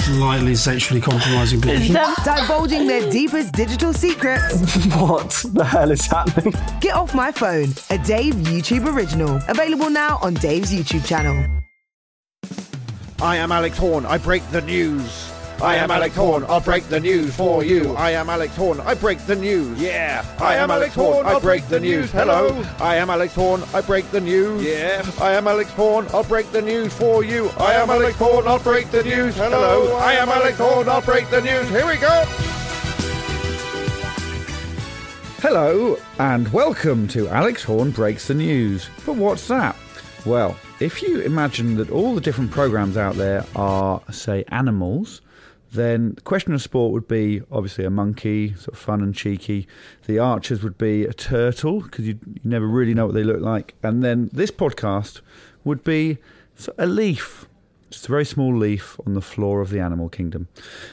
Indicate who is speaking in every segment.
Speaker 1: Slightly sexually compromising people.
Speaker 2: Divulging their deepest digital secrets,
Speaker 3: what the hell is happening?
Speaker 2: Get Off My Phone, a Dave YouTube original. Available now on Dave's YouTube channel.
Speaker 4: I am Alex Horn. I break the news. I am Alex Horn. I'll break the news for you. I am Alex Horn. I break the news. Yeah. I am Alex Horn. I break the news. Hello. I am Alex Horn. I break the news. Yeah. I am Alex Horn. I'll break the news for you. I am Alex Horn. I'll break the news. Hello. I am Alex Horn. I'll break the news. Here we go. Hello and welcome to Alex Horn Breaks the News. But what's that? Well, if you imagine that all the different programs out there are, say, animals, then the question of sport would be obviously a monkey, sort of fun and cheeky. The archers would be a turtle because you, you never really know what they look like. And then this podcast would be sort of a leaf, just a very small leaf on the floor of the animal kingdom.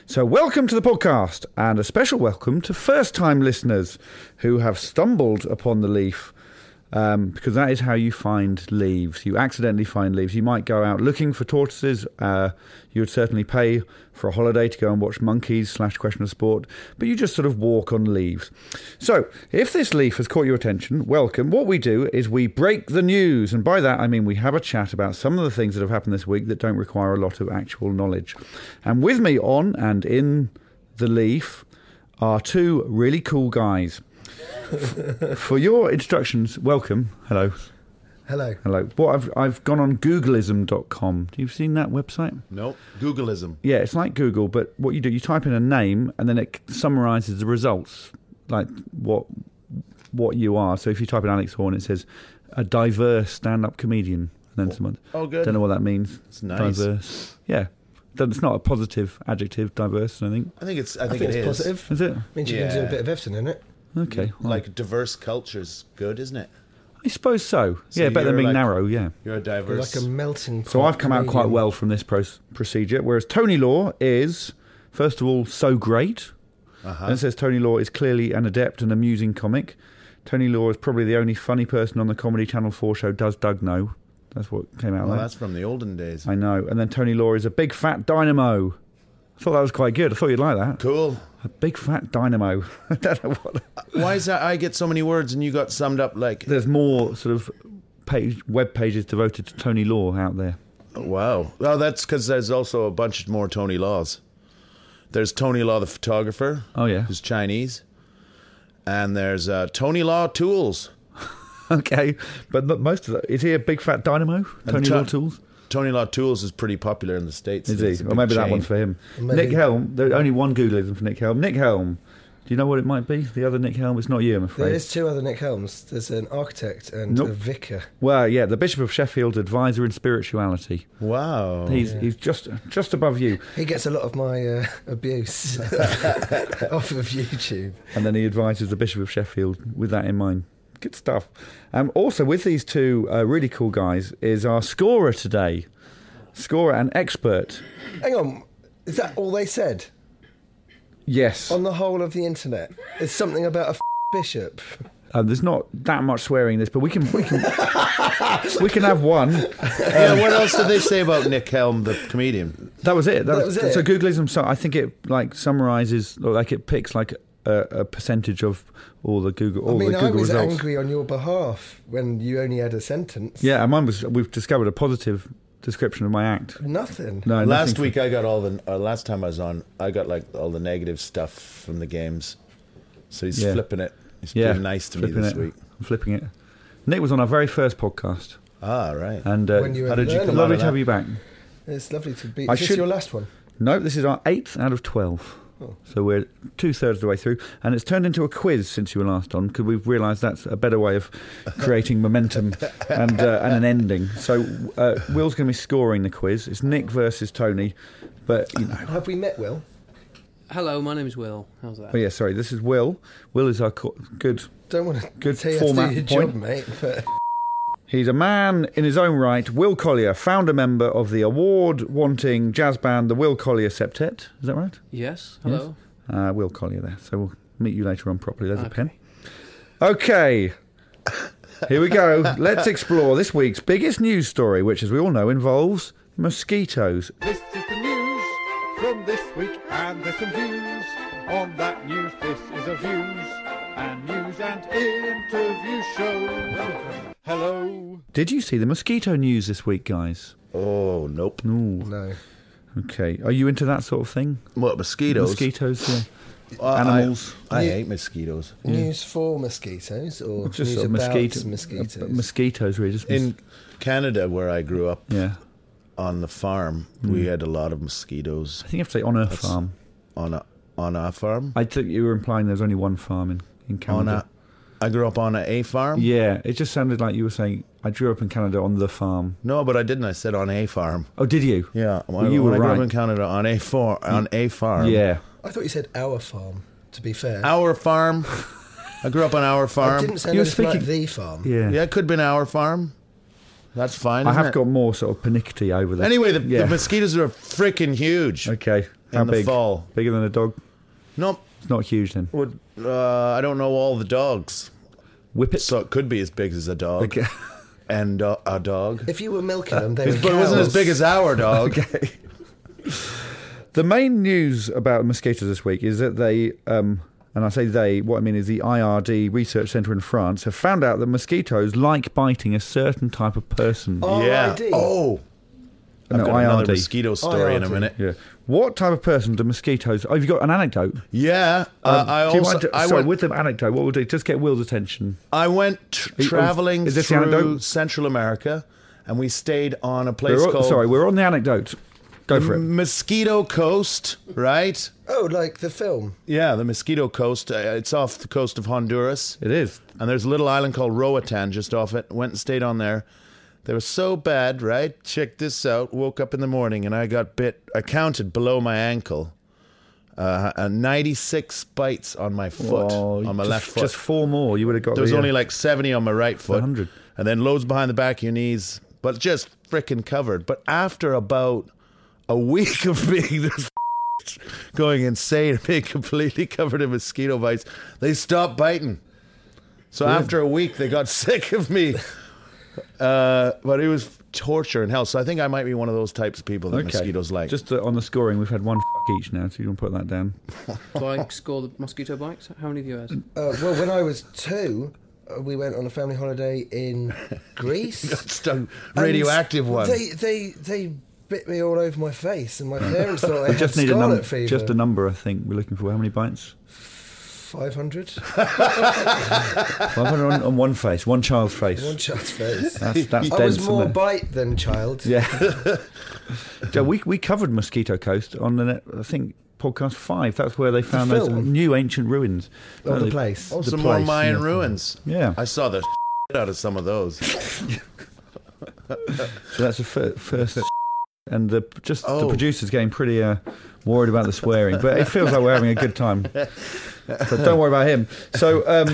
Speaker 4: So, welcome to the podcast, and a special welcome to first time listeners who have stumbled upon the leaf. Um, because that is how you find leaves. You accidentally find leaves. You might go out looking for tortoises. Uh, you would certainly pay for a holiday to go and watch monkeys slash question of sport, but you just sort of walk on leaves. So, if this leaf has caught your attention, welcome. What we do is we break the news, and by that I mean we have a chat about some of the things that have happened this week that don't require a lot of actual knowledge. And with me on and in the leaf are two really cool guys. For your instructions, welcome. Hello.
Speaker 5: Hello.
Speaker 3: Hello. What I've I've gone on googleism.com. Do you've seen that website?
Speaker 6: Nope. Googleism.
Speaker 3: Yeah, it's like Google, but what you do, you type in a name and then it summarizes the results, like what what you are. So if you type in Alex Horn, it says a diverse stand-up comedian. And then someone
Speaker 6: Oh, good.
Speaker 3: Don't know what that means. It's
Speaker 6: nice.
Speaker 3: Diverse. Yeah. Don't- It's not a positive adjective, diverse, I think.
Speaker 6: I think it's. I think,
Speaker 5: I think
Speaker 6: it
Speaker 5: it's
Speaker 6: is.
Speaker 5: positive.
Speaker 3: Is it?
Speaker 5: means you can do
Speaker 6: Yeah.
Speaker 5: a bit of everything in it.
Speaker 3: Okay. well,
Speaker 6: Like diverse cultures, good, isn't it?
Speaker 3: I suppose so.
Speaker 6: So
Speaker 3: yeah, better than
Speaker 6: you're
Speaker 3: being
Speaker 6: like-
Speaker 3: narrow, yeah.
Speaker 6: You're a
Speaker 5: You're
Speaker 6: diverse.
Speaker 5: Like a melting pot.
Speaker 3: So I've come out quite
Speaker 5: comedian.
Speaker 3: well from this pro- procedure, whereas Tony Law is, first of all, so great.
Speaker 6: Uh-huh.
Speaker 3: And it says Tony Law is clearly an adept and amusing comic. Tony Law is probably the only funny person on the Comedy Channel 4 show, Does Doug Know? That's what came out
Speaker 6: well,
Speaker 3: there.
Speaker 6: that's from the olden days.
Speaker 3: I know. And then Tony Law is a big fat dynamo. I thought that was quite good. I thought you'd like that.
Speaker 6: Cool.
Speaker 3: A big fat dynamo. I don't know what.
Speaker 6: Why is that? I get so many words, and you got summed up like,
Speaker 3: There's more sort of page, web pages devoted to Tony Law out there.
Speaker 6: wow. Well, that's because there's also a bunch more Tony Laws. There's Tony Law, the photographer.
Speaker 3: Oh, yeah.
Speaker 6: Who's Chinese? And there's uh, Tony Law Tools.
Speaker 3: Okay, but look, most of that is he a big fat dynamo? Tony
Speaker 6: Chun-
Speaker 3: Law Tools
Speaker 6: Tony Law Tools is pretty popular in the states.
Speaker 3: is
Speaker 6: It's
Speaker 3: he?
Speaker 6: a
Speaker 3: Or
Speaker 6: big
Speaker 3: maybe that
Speaker 6: chain.
Speaker 3: one's for him.
Speaker 5: Maybe.
Speaker 3: Nick Helm. There's only one Googleism for Nick Helm. Nick Helm. Do you know what it might be? The other Nick Helm. It's not you, I'm
Speaker 5: There
Speaker 3: afraid.
Speaker 5: is two other Nick Helms. There's an architect and
Speaker 3: Nope.
Speaker 5: a vicar.
Speaker 3: Well, yeah, the Bishop of Sheffield's advisor in spirituality.
Speaker 6: Wow.
Speaker 3: He's he's just just above you,
Speaker 5: He gets a lot of my uh, abuse off of YouTube.
Speaker 3: and then he advises the Bishop of Sheffield with that in mind. Good stuff. Um, also, with these two uh, really cool guys is our scorer today, scorer and expert.
Speaker 5: Hang on, is that all they said
Speaker 3: Yes,
Speaker 5: on the whole of the internet? It's something about a f- bishop.
Speaker 3: Uh, there's not that much swearing in this, but we can we can we can have one.
Speaker 6: yeah, what else did they say about Nick Helm, the comedian?
Speaker 3: That was it. That,
Speaker 5: That
Speaker 3: was,
Speaker 5: was it.
Speaker 3: So Googleism. So I think it like summarizes, or like it picks like a, a percentage of all the Google all
Speaker 5: I mean,
Speaker 3: the
Speaker 5: I
Speaker 3: Google
Speaker 5: was
Speaker 3: results.
Speaker 5: angry on your behalf when you only had a sentence.
Speaker 3: Yeah, and mine was. We've discovered a positive description of my act.
Speaker 5: Nothing.
Speaker 3: No,
Speaker 6: last
Speaker 3: Uh, nothing-
Speaker 6: week I got all the uh, last time I was on, I got like all the negative stuff from the games. So he's
Speaker 3: Yeah.
Speaker 6: flipping it. He's
Speaker 3: Yeah,
Speaker 6: being nice to me
Speaker 3: flipping
Speaker 6: this
Speaker 3: it.
Speaker 6: week.
Speaker 3: I'm flipping it. Nick was on our very first podcast,
Speaker 6: Ah, right.
Speaker 3: and uh,
Speaker 5: When you were
Speaker 3: how did you
Speaker 5: learning
Speaker 3: lovely
Speaker 6: about
Speaker 3: to have
Speaker 6: that.
Speaker 3: you back.
Speaker 5: It's lovely to be.
Speaker 3: I
Speaker 5: Is this
Speaker 3: should-
Speaker 5: your last one?
Speaker 3: No, this is our eighth out of 12. So we're two thirds of the way through, and it's turned into a quiz since you were last on because we've realised that's a better way of creating momentum and uh, and an ending. So uh, Will's going to be scoring the quiz. It's Nick versus Tony, but you know.
Speaker 5: Have we met Will?
Speaker 7: Hello, my name's Will. How's that?
Speaker 3: Oh yeah, sorry. This is Will. Will is our co- good.
Speaker 5: Don't want to
Speaker 3: Good
Speaker 5: tell you
Speaker 3: format
Speaker 5: how to do your
Speaker 3: point.
Speaker 5: job, mate. But
Speaker 3: He's a man in his own right. Will Collier, founder member of the award-wanting jazz band, the Will Collier Septet. Is that right?
Speaker 7: Yes. Hello.
Speaker 3: Uh, Will Collier there. So we'll meet you later on properly. There's a pen. Okay. Here we go. Let's explore this week's biggest news story, which, as we all know, involves mosquitoes. This is the news from this week, and there's some views on that news. This is a views and news and interview show. Hello. Did you see the mosquito news this week, guys?
Speaker 6: Oh, nope.
Speaker 5: no.
Speaker 3: Okay. Are you into that sort of thing?
Speaker 6: What, mosquitoes?
Speaker 3: Mosquitoes, yeah.
Speaker 6: Uh, I-
Speaker 3: animals.
Speaker 6: I, hate mosquitoes.
Speaker 5: News for mosquitoes or
Speaker 3: Just
Speaker 5: news
Speaker 3: sort of
Speaker 5: about
Speaker 3: mosquito-
Speaker 5: mosquitoes?
Speaker 3: uh, mosquitoes, really. Just mos-
Speaker 6: In Canada, where I grew up
Speaker 3: yeah.
Speaker 6: on the farm, we had a lot of mosquitoes
Speaker 3: I think you have to say on a Hmm. farm.
Speaker 6: on a, on our farm.
Speaker 3: I think you were implying there's only one farm in, in
Speaker 6: on
Speaker 3: Canada.
Speaker 6: a, I grew up on a, a farm.
Speaker 3: yeah, it just sounded like you were saying, I grew up in Canada on the farm.
Speaker 6: No, but I didn't. I said on a farm.
Speaker 3: Oh, did you?
Speaker 6: Yeah,
Speaker 3: Well,
Speaker 6: when-
Speaker 3: you
Speaker 6: when
Speaker 3: were
Speaker 6: I grew
Speaker 3: right.
Speaker 6: up in Canada on a farm. On a farm.
Speaker 3: Yeah.
Speaker 5: I thought you said our farm. To be fair,
Speaker 6: our farm. I grew up on our
Speaker 5: I
Speaker 6: farm.
Speaker 5: didn't sound
Speaker 3: You were
Speaker 5: anything like
Speaker 3: speaking-
Speaker 5: the farm.
Speaker 3: Yeah.
Speaker 6: Yeah, it could have been our farm. That's fine.
Speaker 3: I
Speaker 6: isn't
Speaker 3: have
Speaker 6: it?
Speaker 3: got more sort of panicky over that.
Speaker 6: Anyway, the,
Speaker 3: Yeah.
Speaker 6: the mosquitoes are freaking huge.
Speaker 3: Okay. How
Speaker 6: in the
Speaker 3: big?
Speaker 6: fall.
Speaker 3: Bigger than a dog?
Speaker 6: Nope.
Speaker 3: It's not huge then.
Speaker 6: Would uh, I don't know all the dogs,
Speaker 3: Whip it.
Speaker 6: so it could be as big as a dog.
Speaker 3: Okay.
Speaker 6: And uh, a dog,
Speaker 5: If you were
Speaker 3: Uh,
Speaker 5: milking them, they
Speaker 6: but
Speaker 5: would.
Speaker 6: it wasn't as big as our dog.
Speaker 3: The main news about mosquitoes this week is that they, um, and I say they, what I mean is the IRD Research Centre in France have found out that mosquitoes like biting a certain type of person.
Speaker 6: yeah.
Speaker 5: RID.
Speaker 6: Oh, I've
Speaker 3: No,
Speaker 6: got another
Speaker 3: IRD.
Speaker 6: mosquito story in a
Speaker 5: IRD.
Speaker 6: minute.
Speaker 3: Yeah. What type of person do mosquitoes? Oh, have you got an anecdote? Um,
Speaker 6: Yeah, uh, I
Speaker 3: do you
Speaker 6: also
Speaker 3: mind to-
Speaker 6: I
Speaker 3: sorry,
Speaker 6: went
Speaker 3: with the anecdote, what we'll do, just get Will's attention.
Speaker 6: I went tr-
Speaker 3: Is-
Speaker 6: traveling
Speaker 3: is this the
Speaker 6: through
Speaker 3: anecdote?
Speaker 6: Central America, and we stayed on a place
Speaker 3: We're on-
Speaker 6: called
Speaker 3: sorry, we're on the anecdote. Go for it.
Speaker 6: Mosquito Coast, right?
Speaker 5: Oh, like the film.
Speaker 6: Yeah, the Mosquito Coast. Uh, it's off the coast of Honduras.
Speaker 3: It is.
Speaker 6: And there's a little island called Roatan just off it. Went and stayed on there. They were so bad, right? Check this out. Woke up in the morning and I got bit. I counted below my ankle. Uh, uh, 96 bites on my foot,
Speaker 3: Oh,
Speaker 6: on my
Speaker 3: just,
Speaker 6: left foot.
Speaker 3: Just four more. You would have got.
Speaker 6: there was
Speaker 3: the, uh,
Speaker 6: only like 70 on my right foot.
Speaker 3: 100.
Speaker 6: And then loads behind the back of your knees, but just freaking covered. But after about a week of being this going insane and being completely covered in mosquito bites, they stopped biting. So after a week, they got sick of me. Uh, but it was torture and hell. So I think I might be one of those types of people that
Speaker 3: okay.
Speaker 6: mosquitoes like.
Speaker 3: Just uh, on the scoring, we've had one each now, so you want to put that down.
Speaker 7: Like score the mosquito bites. How many of you
Speaker 3: Mm.
Speaker 7: had?
Speaker 5: Uh, well, when I was two, uh, we went on a family holiday in Greece.
Speaker 6: Stung- radioactive
Speaker 5: And
Speaker 6: one.
Speaker 5: They they they bit me all over my face, and my parents thought I
Speaker 3: We
Speaker 5: had
Speaker 3: just need a
Speaker 5: scarlet
Speaker 3: number.
Speaker 5: fever.
Speaker 3: Just a number, I think. We're looking for how many bites?
Speaker 5: five hundred.
Speaker 3: 500 on, on one face, one child's face.
Speaker 5: One child's face.
Speaker 3: That's, that's
Speaker 5: I was
Speaker 3: dense,
Speaker 5: more
Speaker 3: isn't it?
Speaker 5: bite than child.
Speaker 3: Yeah. so we we covered Mosquito Coast on the net, I think podcast five. That's where they found those
Speaker 5: film?
Speaker 3: new ancient ruins.
Speaker 5: Of
Speaker 3: No,
Speaker 5: the
Speaker 3: they-
Speaker 5: place.
Speaker 6: oh,
Speaker 3: the
Speaker 6: some more
Speaker 3: place,
Speaker 6: Mayan
Speaker 3: yeah.
Speaker 6: ruins.
Speaker 3: Yeah.
Speaker 6: I saw the shit out of some of those.
Speaker 3: So that's the fir- first. And the just the
Speaker 6: Oh.
Speaker 3: producers getting pretty uh, worried about the swearing, but it feels like we're having a good time. So don't worry about him. So um,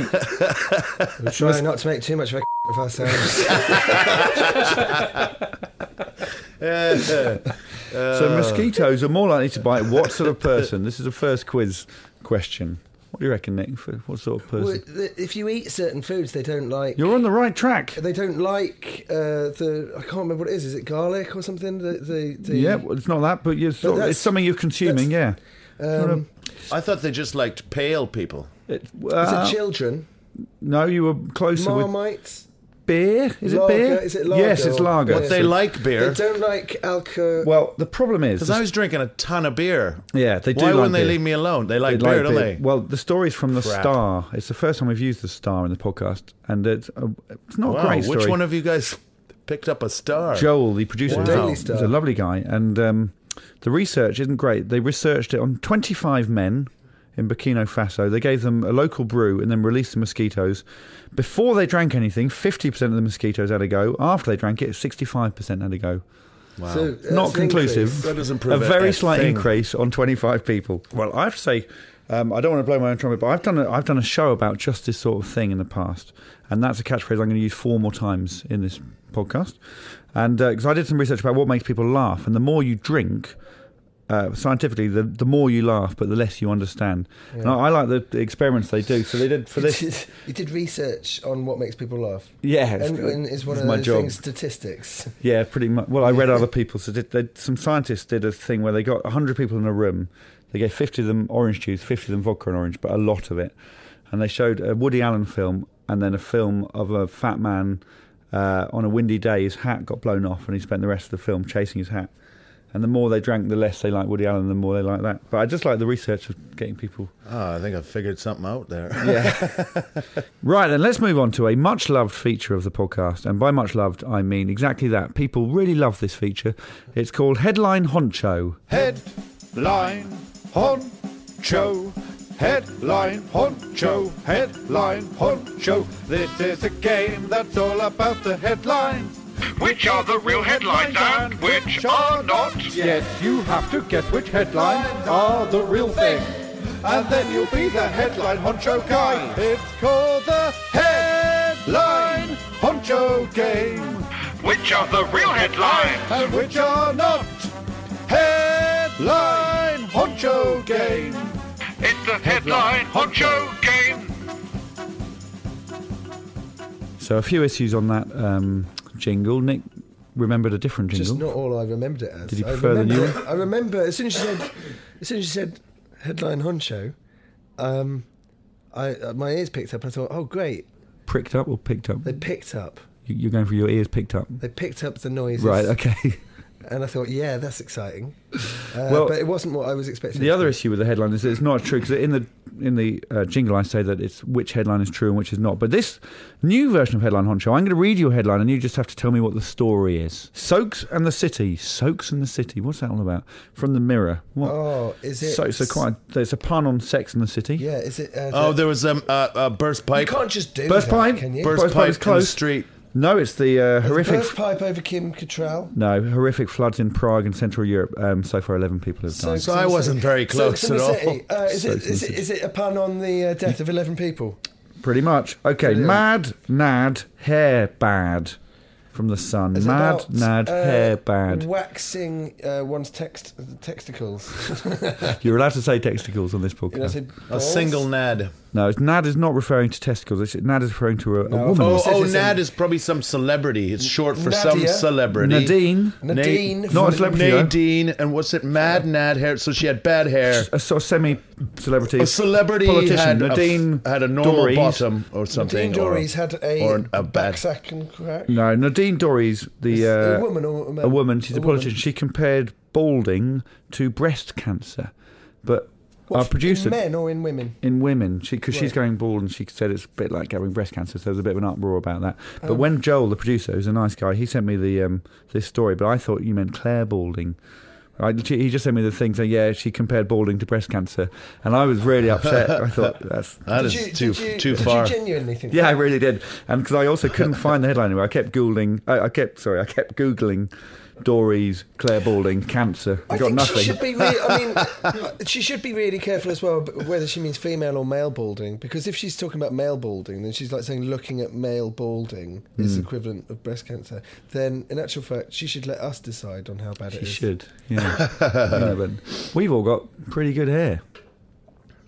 Speaker 5: We're trying not to make too much of a of ourselves.
Speaker 3: so mosquitoes are more likely to bite what sort of person? This is the first quiz question. What do you reckon, Nick? For what sort of person?
Speaker 5: Well, th- if you eat certain foods, they don't like.
Speaker 3: You're on the right track.
Speaker 5: They don't like uh, the. I can't remember what it is. Is it garlic or something? The the, the
Speaker 3: Yeah, well, it's not that, but you're sort of,
Speaker 5: that's-
Speaker 3: it's something you're consuming. Yeah.
Speaker 5: um,
Speaker 6: I thought they just liked pale people.
Speaker 3: It,
Speaker 5: is
Speaker 3: uh,
Speaker 5: it children?
Speaker 3: No, you were closer with
Speaker 5: Marmite.
Speaker 3: beer. Is
Speaker 5: Lager?
Speaker 3: it beer?
Speaker 5: Is it lager?
Speaker 3: Yes, it's lager.
Speaker 6: But they
Speaker 3: So-
Speaker 6: like beer.
Speaker 5: They don't like alcohol.
Speaker 3: Well, the problem is,
Speaker 6: Because I was drinking a ton of beer.
Speaker 3: yeah, they do.
Speaker 6: Why
Speaker 3: like
Speaker 6: wouldn't they
Speaker 3: beer.
Speaker 6: leave me alone? They
Speaker 3: They
Speaker 6: like
Speaker 3: like
Speaker 6: beer, don't
Speaker 3: beer.
Speaker 6: they?
Speaker 3: Well, the story's from the
Speaker 6: Crap.
Speaker 3: Star. It's the first time we've used the Star in the podcast, and it's, uh, it's not a
Speaker 6: wow,
Speaker 3: great story.
Speaker 6: which one of you guys picked up a star.
Speaker 3: Joel, the producer,
Speaker 6: Wow.
Speaker 3: was,
Speaker 6: Daily
Speaker 3: a,
Speaker 5: Star.
Speaker 3: was a lovely guy, and um, the research isn't great. They researched it on 25 men in Burkina Faso. They gave them a local brew and then released the mosquitoes. Before they drank anything, 50% of the mosquitoes had a go. After they drank it, 65% had a go.
Speaker 6: Wow.
Speaker 5: So, that's
Speaker 3: Not
Speaker 5: an
Speaker 3: conclusive.
Speaker 5: increase.
Speaker 6: That doesn't
Speaker 3: a
Speaker 6: prove
Speaker 3: very slight
Speaker 6: thing.
Speaker 3: increase on 25 people. Well, I have to say, um, I don't want to blow my own trumpet, but I've done a, I've done a show about just this sort of thing in the past, and that's a catchphrase I'm going to use four more times in this podcast. And because I did some research about what makes people laugh, and the more you drink. Uh, scientifically, the, the more you laugh, but the less you understand. And I, I like the, the experiments they do. So they did for
Speaker 5: You
Speaker 3: this.
Speaker 5: did, you did research on what makes people laugh.
Speaker 3: Yeah, it's
Speaker 5: and,
Speaker 3: good.
Speaker 5: and it's one
Speaker 3: It's
Speaker 5: of
Speaker 3: my
Speaker 5: those
Speaker 3: job.
Speaker 5: things, statistics.
Speaker 3: Yeah, pretty much. Well, I read other people. So did, they, some scientists did a thing where they got 100 people in a room. They gave 50 of them orange juice, 50 of them vodka and orange, but a lot of it. And they showed a Woody Allen film and then a film of a fat man uh, on a windy day. His hat got blown off and he spent the rest of the film chasing his hat. And the more they drank, the less they liked Woody Allen, the more they liked that. But I just like the research of getting people
Speaker 6: Oh, I think I figured something out there.
Speaker 3: Right, then let's move on to a much loved feature of the podcast. And by much loved, I mean exactly that. People really love this feature. It's called Headline Honcho.
Speaker 4: Headline honcho. Headline honcho. Headline honcho. This is a game that's all about the headlines.
Speaker 8: Which are the real headlines and which are not?
Speaker 4: Yes, you have to guess which headlines are the real thing. And then you'll be the headline honcho guy. It's called the headline honcho game.
Speaker 8: Which are the real headlines?
Speaker 4: And which are not headline honcho game.
Speaker 8: It's the headline honcho game.
Speaker 3: So, a few issues on that um, jingle. Nick remembered a different jingle.
Speaker 5: Just not all I remembered it as.
Speaker 3: Did you
Speaker 5: I
Speaker 3: prefer the new
Speaker 5: remember- I remember as soon as you said, as soon as you said headline honcho, um, I uh, my ears picked up and I thought, oh great,
Speaker 3: Pricked up or picked up?
Speaker 5: they picked up,
Speaker 3: You- You're going for your ears picked up.
Speaker 5: they picked up the noises,
Speaker 3: Right, okay.
Speaker 5: And I thought, yeah, that's exciting. Uh,
Speaker 3: Well,
Speaker 5: but it wasn't what I was expecting.
Speaker 3: The other issue with the headline is that it's not true because in the in the uh, jingle I say that it's which headline is true and which is not. But this new version of headline honcho, I'm going to read you a headline and you just have to tell me what the story is. Soaks and the city, Soaks and the city. What's that all about? From the Mirror. What?
Speaker 5: Oh, is it?
Speaker 3: so it's a quite. There's a pun on Sex and the City.
Speaker 5: Yeah, is it? Uh,
Speaker 6: oh,
Speaker 5: the,
Speaker 6: there was um, uh, a burst pipe.
Speaker 5: you can't just do
Speaker 3: Burst
Speaker 5: that,
Speaker 3: pipe.
Speaker 5: can you?
Speaker 6: burst,
Speaker 3: Burst pipe
Speaker 6: pipe
Speaker 3: is
Speaker 6: in the
Speaker 3: closed.
Speaker 6: street.
Speaker 3: No, it's the uh, horrific.
Speaker 5: Burst pipe over Kim Cattrall.
Speaker 3: no, horrific floods in Prague and Central Europe. Um, so far, 11 people have died.
Speaker 5: Soaks
Speaker 6: So
Speaker 5: in
Speaker 6: I
Speaker 5: the
Speaker 6: wasn't
Speaker 5: City.
Speaker 6: very close
Speaker 5: Soaks in
Speaker 6: at
Speaker 5: the
Speaker 6: all.
Speaker 5: City. Uh, is, it,
Speaker 3: Soaks in the
Speaker 5: is, it,
Speaker 3: City.
Speaker 5: is it a pun on the uh, death of 11 people?
Speaker 3: Pretty much. Okay, mad nad hair bad from the sun.
Speaker 5: It's
Speaker 3: mad
Speaker 5: about,
Speaker 3: nad
Speaker 5: uh,
Speaker 3: hair bad.
Speaker 5: Waxing uh, one's text, testicles.
Speaker 3: You're allowed to say testicles on this podcast.
Speaker 5: You know, I said
Speaker 6: A
Speaker 5: balls.
Speaker 6: single nad.
Speaker 3: no, it's, nad is not referring to testicles. It's, nad is referring to a, a
Speaker 5: No,
Speaker 3: woman.
Speaker 6: Oh, oh,
Speaker 5: Citizen.
Speaker 6: nad is probably some celebrity. It's short for some
Speaker 5: Nadia.
Speaker 6: celebrity.
Speaker 3: Nadine,
Speaker 5: Nadine.
Speaker 6: Na-
Speaker 3: Not a celebrity, though.
Speaker 6: Nadine, and what's it? Mad nad hair. So she had bad hair.
Speaker 3: a sort of semi-celebrity,
Speaker 6: A celebrity
Speaker 3: politician.
Speaker 6: had
Speaker 3: Nadine
Speaker 6: a, had a normal
Speaker 3: Dorries.
Speaker 6: bottom or something.
Speaker 5: Dean
Speaker 6: eh, or-
Speaker 5: Dory's had a,
Speaker 6: or a
Speaker 5: back
Speaker 6: bad.
Speaker 5: sack and crack.
Speaker 3: No, Nadine Dorries, the uh,
Speaker 5: a woman or a man?
Speaker 3: a woman. She's a,
Speaker 5: A woman.
Speaker 3: politician. She compared balding to breast cancer, but
Speaker 5: What,
Speaker 3: our producer
Speaker 5: In men or in women?
Speaker 3: in women because she's going bald and she said it's a bit like having breast cancer so there's a bit of an uproar about that but
Speaker 5: Oh.
Speaker 3: when joel the producer who's a nice guy he sent me the um, this story but i thought you meant claire balding I, he just sent me the thing saying yeah she compared balding to breast cancer and i was really upset i thought that's
Speaker 6: That is
Speaker 5: Did you-
Speaker 6: too
Speaker 5: did you-
Speaker 6: too
Speaker 5: did
Speaker 6: far.
Speaker 5: you genuinely think
Speaker 3: yeah, I
Speaker 5: that?
Speaker 3: really did, and because I also couldn't find the headline anywhere. I kept googling. I, I kept sorry, I kept googling Dory's Claire Balding cancer. I,
Speaker 5: I
Speaker 3: got
Speaker 5: think
Speaker 3: nothing.
Speaker 5: she should be. Really, I mean, she should be really careful as well b- whether she means female or male balding, because if she's talking about male balding, then she's like saying looking at male balding is
Speaker 3: Hmm.
Speaker 5: equivalent of breast cancer. Then, in actual fact, she should let us decide on how bad it
Speaker 3: She
Speaker 5: is.
Speaker 3: should. Yeah. You know, but we've all got pretty good hair.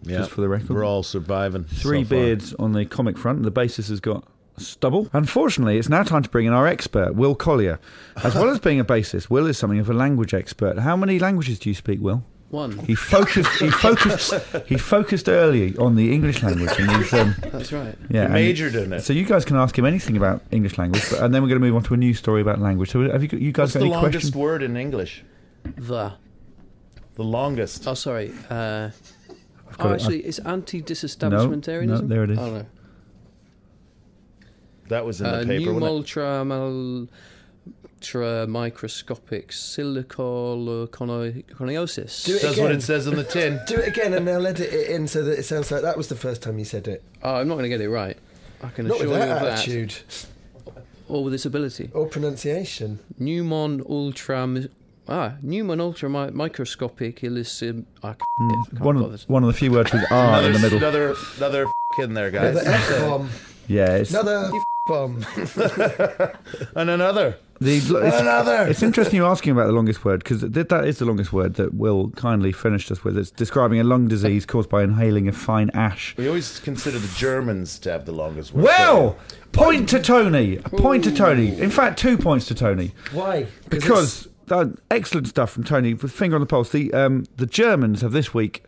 Speaker 6: Yeah.
Speaker 3: just for the record.
Speaker 6: We're all surviving.
Speaker 3: Three
Speaker 6: so far.
Speaker 3: beards on the comic front. The bassist has got stubble. Unfortunately, it's now time to bring in our expert, Will Collier. As well as being a bassist, Will is something of a language expert. How many languages do you speak, Will?
Speaker 7: One.
Speaker 3: He focused. He focused. he focused early on the English language, and he's um,
Speaker 7: That's right.
Speaker 3: yeah, and-
Speaker 6: majored in it.
Speaker 3: So you guys can ask him anything about English language, but, and then we're going to move on to a new story about language. So have you, got- you guys
Speaker 6: What's
Speaker 3: got
Speaker 6: the
Speaker 3: any
Speaker 6: longest
Speaker 3: questions?
Speaker 6: word in English?
Speaker 7: The.
Speaker 6: The longest.
Speaker 7: Oh, sorry. Uh,
Speaker 3: got
Speaker 7: oh,
Speaker 3: it.
Speaker 7: actually, it's anti-disestablishmentarianism.
Speaker 3: no, there it is.
Speaker 7: Oh, no.
Speaker 6: That was in
Speaker 7: Uh,
Speaker 6: the paper.
Speaker 7: new
Speaker 6: wasn't it?
Speaker 7: ultra mal- ultramicroscopic silicoconiosis.
Speaker 5: Do it
Speaker 6: That's
Speaker 5: again.
Speaker 6: what it says on the tin.
Speaker 5: Do it again, and they'll edit it in so that it sounds like that was the first time you said it.
Speaker 7: Oh, I'm not going to get it right. I can
Speaker 5: Not
Speaker 7: assure
Speaker 5: with that
Speaker 7: you of
Speaker 5: attitude
Speaker 7: that. Or with this ability.
Speaker 5: or pronunciation.
Speaker 7: Newman ultra. Ah, Newman ultra mi- microscopic illicit. I c- it, I can't
Speaker 3: Hmm. One
Speaker 7: bother.
Speaker 3: of, one of the few words with R in the middle.
Speaker 6: Another, another f- in there, guys.
Speaker 5: Another F bomb.
Speaker 3: Yeah, it's,
Speaker 5: Another bomb.
Speaker 6: And another.
Speaker 3: the, it's,
Speaker 6: Another.
Speaker 3: it's interesting you're asking about the longest word because th- that is the longest word that Will kindly finished us with. It's describing a lung disease caused by inhaling a fine ash.
Speaker 6: We always consider the Germans to have the longest word.
Speaker 3: Well, point to Tony. A point to Tony. In fact, two points to Tony.
Speaker 5: Why?
Speaker 3: because uh, excellent stuff from Tony. With finger on the pulse, the um, the Germans have this week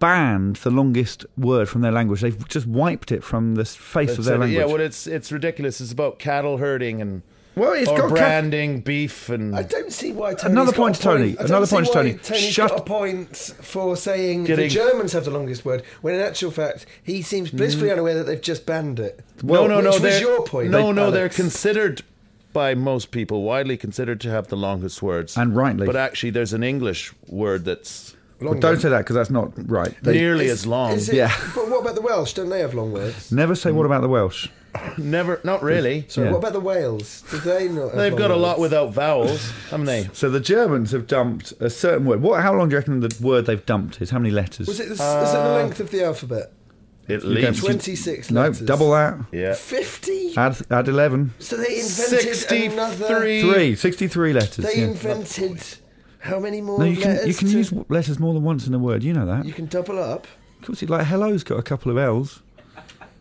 Speaker 3: banned the longest word from their language. They've just wiped it from the s- face of
Speaker 6: It's-
Speaker 3: their language.
Speaker 6: yeah, well, it's it's ridiculous. It's about cattle herding and
Speaker 3: Well, it's
Speaker 6: or
Speaker 3: got cat-
Speaker 6: branding beef and
Speaker 5: I don't see why Tony's
Speaker 3: Another
Speaker 5: got
Speaker 3: point
Speaker 5: a
Speaker 3: to Tony.
Speaker 5: I don't
Speaker 3: Another
Speaker 5: see
Speaker 3: point to
Speaker 5: why
Speaker 3: Tony.
Speaker 5: Tony's
Speaker 3: Shut
Speaker 5: got a
Speaker 3: up.
Speaker 5: point for saying
Speaker 6: Getting-
Speaker 5: the Germans have the longest word, when in actual fact he seems blissfully
Speaker 3: Mm.
Speaker 5: unaware that they've just banned it.
Speaker 6: no, no, no.
Speaker 5: which was
Speaker 6: they're-
Speaker 5: your point.
Speaker 6: No, no, they're
Speaker 5: Alex.
Speaker 6: considered by most people widely considered to have the longest words,
Speaker 3: And rightly.
Speaker 6: But actually, there's an English word that's
Speaker 3: Well, don't say that because that's not right. They
Speaker 6: nearly
Speaker 5: Is-
Speaker 6: as long.
Speaker 5: is it-
Speaker 3: Yeah.
Speaker 5: But what about the Welsh? Don't they have long words?
Speaker 3: never say what about the Welsh.
Speaker 6: Never, not really.
Speaker 5: So
Speaker 3: Yeah.
Speaker 5: what about the Wales? Do they not? Have
Speaker 6: They've
Speaker 5: long
Speaker 6: got a lot
Speaker 5: words?
Speaker 6: without vowels, haven't they?
Speaker 3: So the Germans have dumped a certain word. What? How long do you reckon the word they've dumped is? How many letters?
Speaker 5: Was it, the, s is it
Speaker 6: Uh,
Speaker 5: the length of the alphabet?
Speaker 6: At
Speaker 3: You go-
Speaker 6: least.
Speaker 5: Twenty-six
Speaker 3: No,
Speaker 5: letters.
Speaker 3: double that.
Speaker 6: Yeah.
Speaker 5: 50?
Speaker 3: Add add eleven.
Speaker 5: So they invented another.
Speaker 6: 63.
Speaker 3: Three. 63 letters.
Speaker 5: They
Speaker 3: yeah.
Speaker 5: invented how many more
Speaker 3: no, you
Speaker 5: letters?
Speaker 3: can you can
Speaker 5: to-
Speaker 3: use w- letters more than once in a word. You know that.
Speaker 5: You can double up.
Speaker 3: Of course, like hello's got a couple of L's.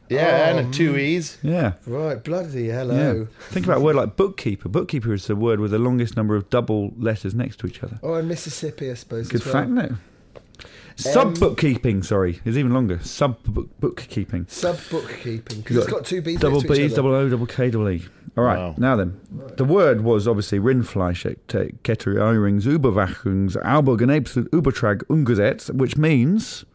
Speaker 6: Yeah,
Speaker 5: Oh,
Speaker 6: and a two
Speaker 5: mm.
Speaker 6: E's.
Speaker 3: Yeah.
Speaker 5: Right, bloody oh.
Speaker 3: Yeah.
Speaker 5: hello.
Speaker 3: Think about a word like bookkeeper. Bookkeeper is the word with the longest number of double letters next to each other.
Speaker 5: Oh, and Mississippi, I suppose.
Speaker 3: Good
Speaker 5: as well.
Speaker 3: fact, no.
Speaker 5: Um,
Speaker 3: Sub bookkeeping, sorry, is even longer. Sub book- bookkeeping.
Speaker 5: Sub bookkeeping because
Speaker 3: You
Speaker 5: it's got two B's.
Speaker 3: Double
Speaker 5: next to each
Speaker 3: B's,
Speaker 5: other.
Speaker 3: double O, double K, double E. All right,
Speaker 6: Wow.
Speaker 3: now then. The word was obviously Rindfleisch, Ketterierings, Überwachungs, Alburg and Übertrag, Ungesetz, which means.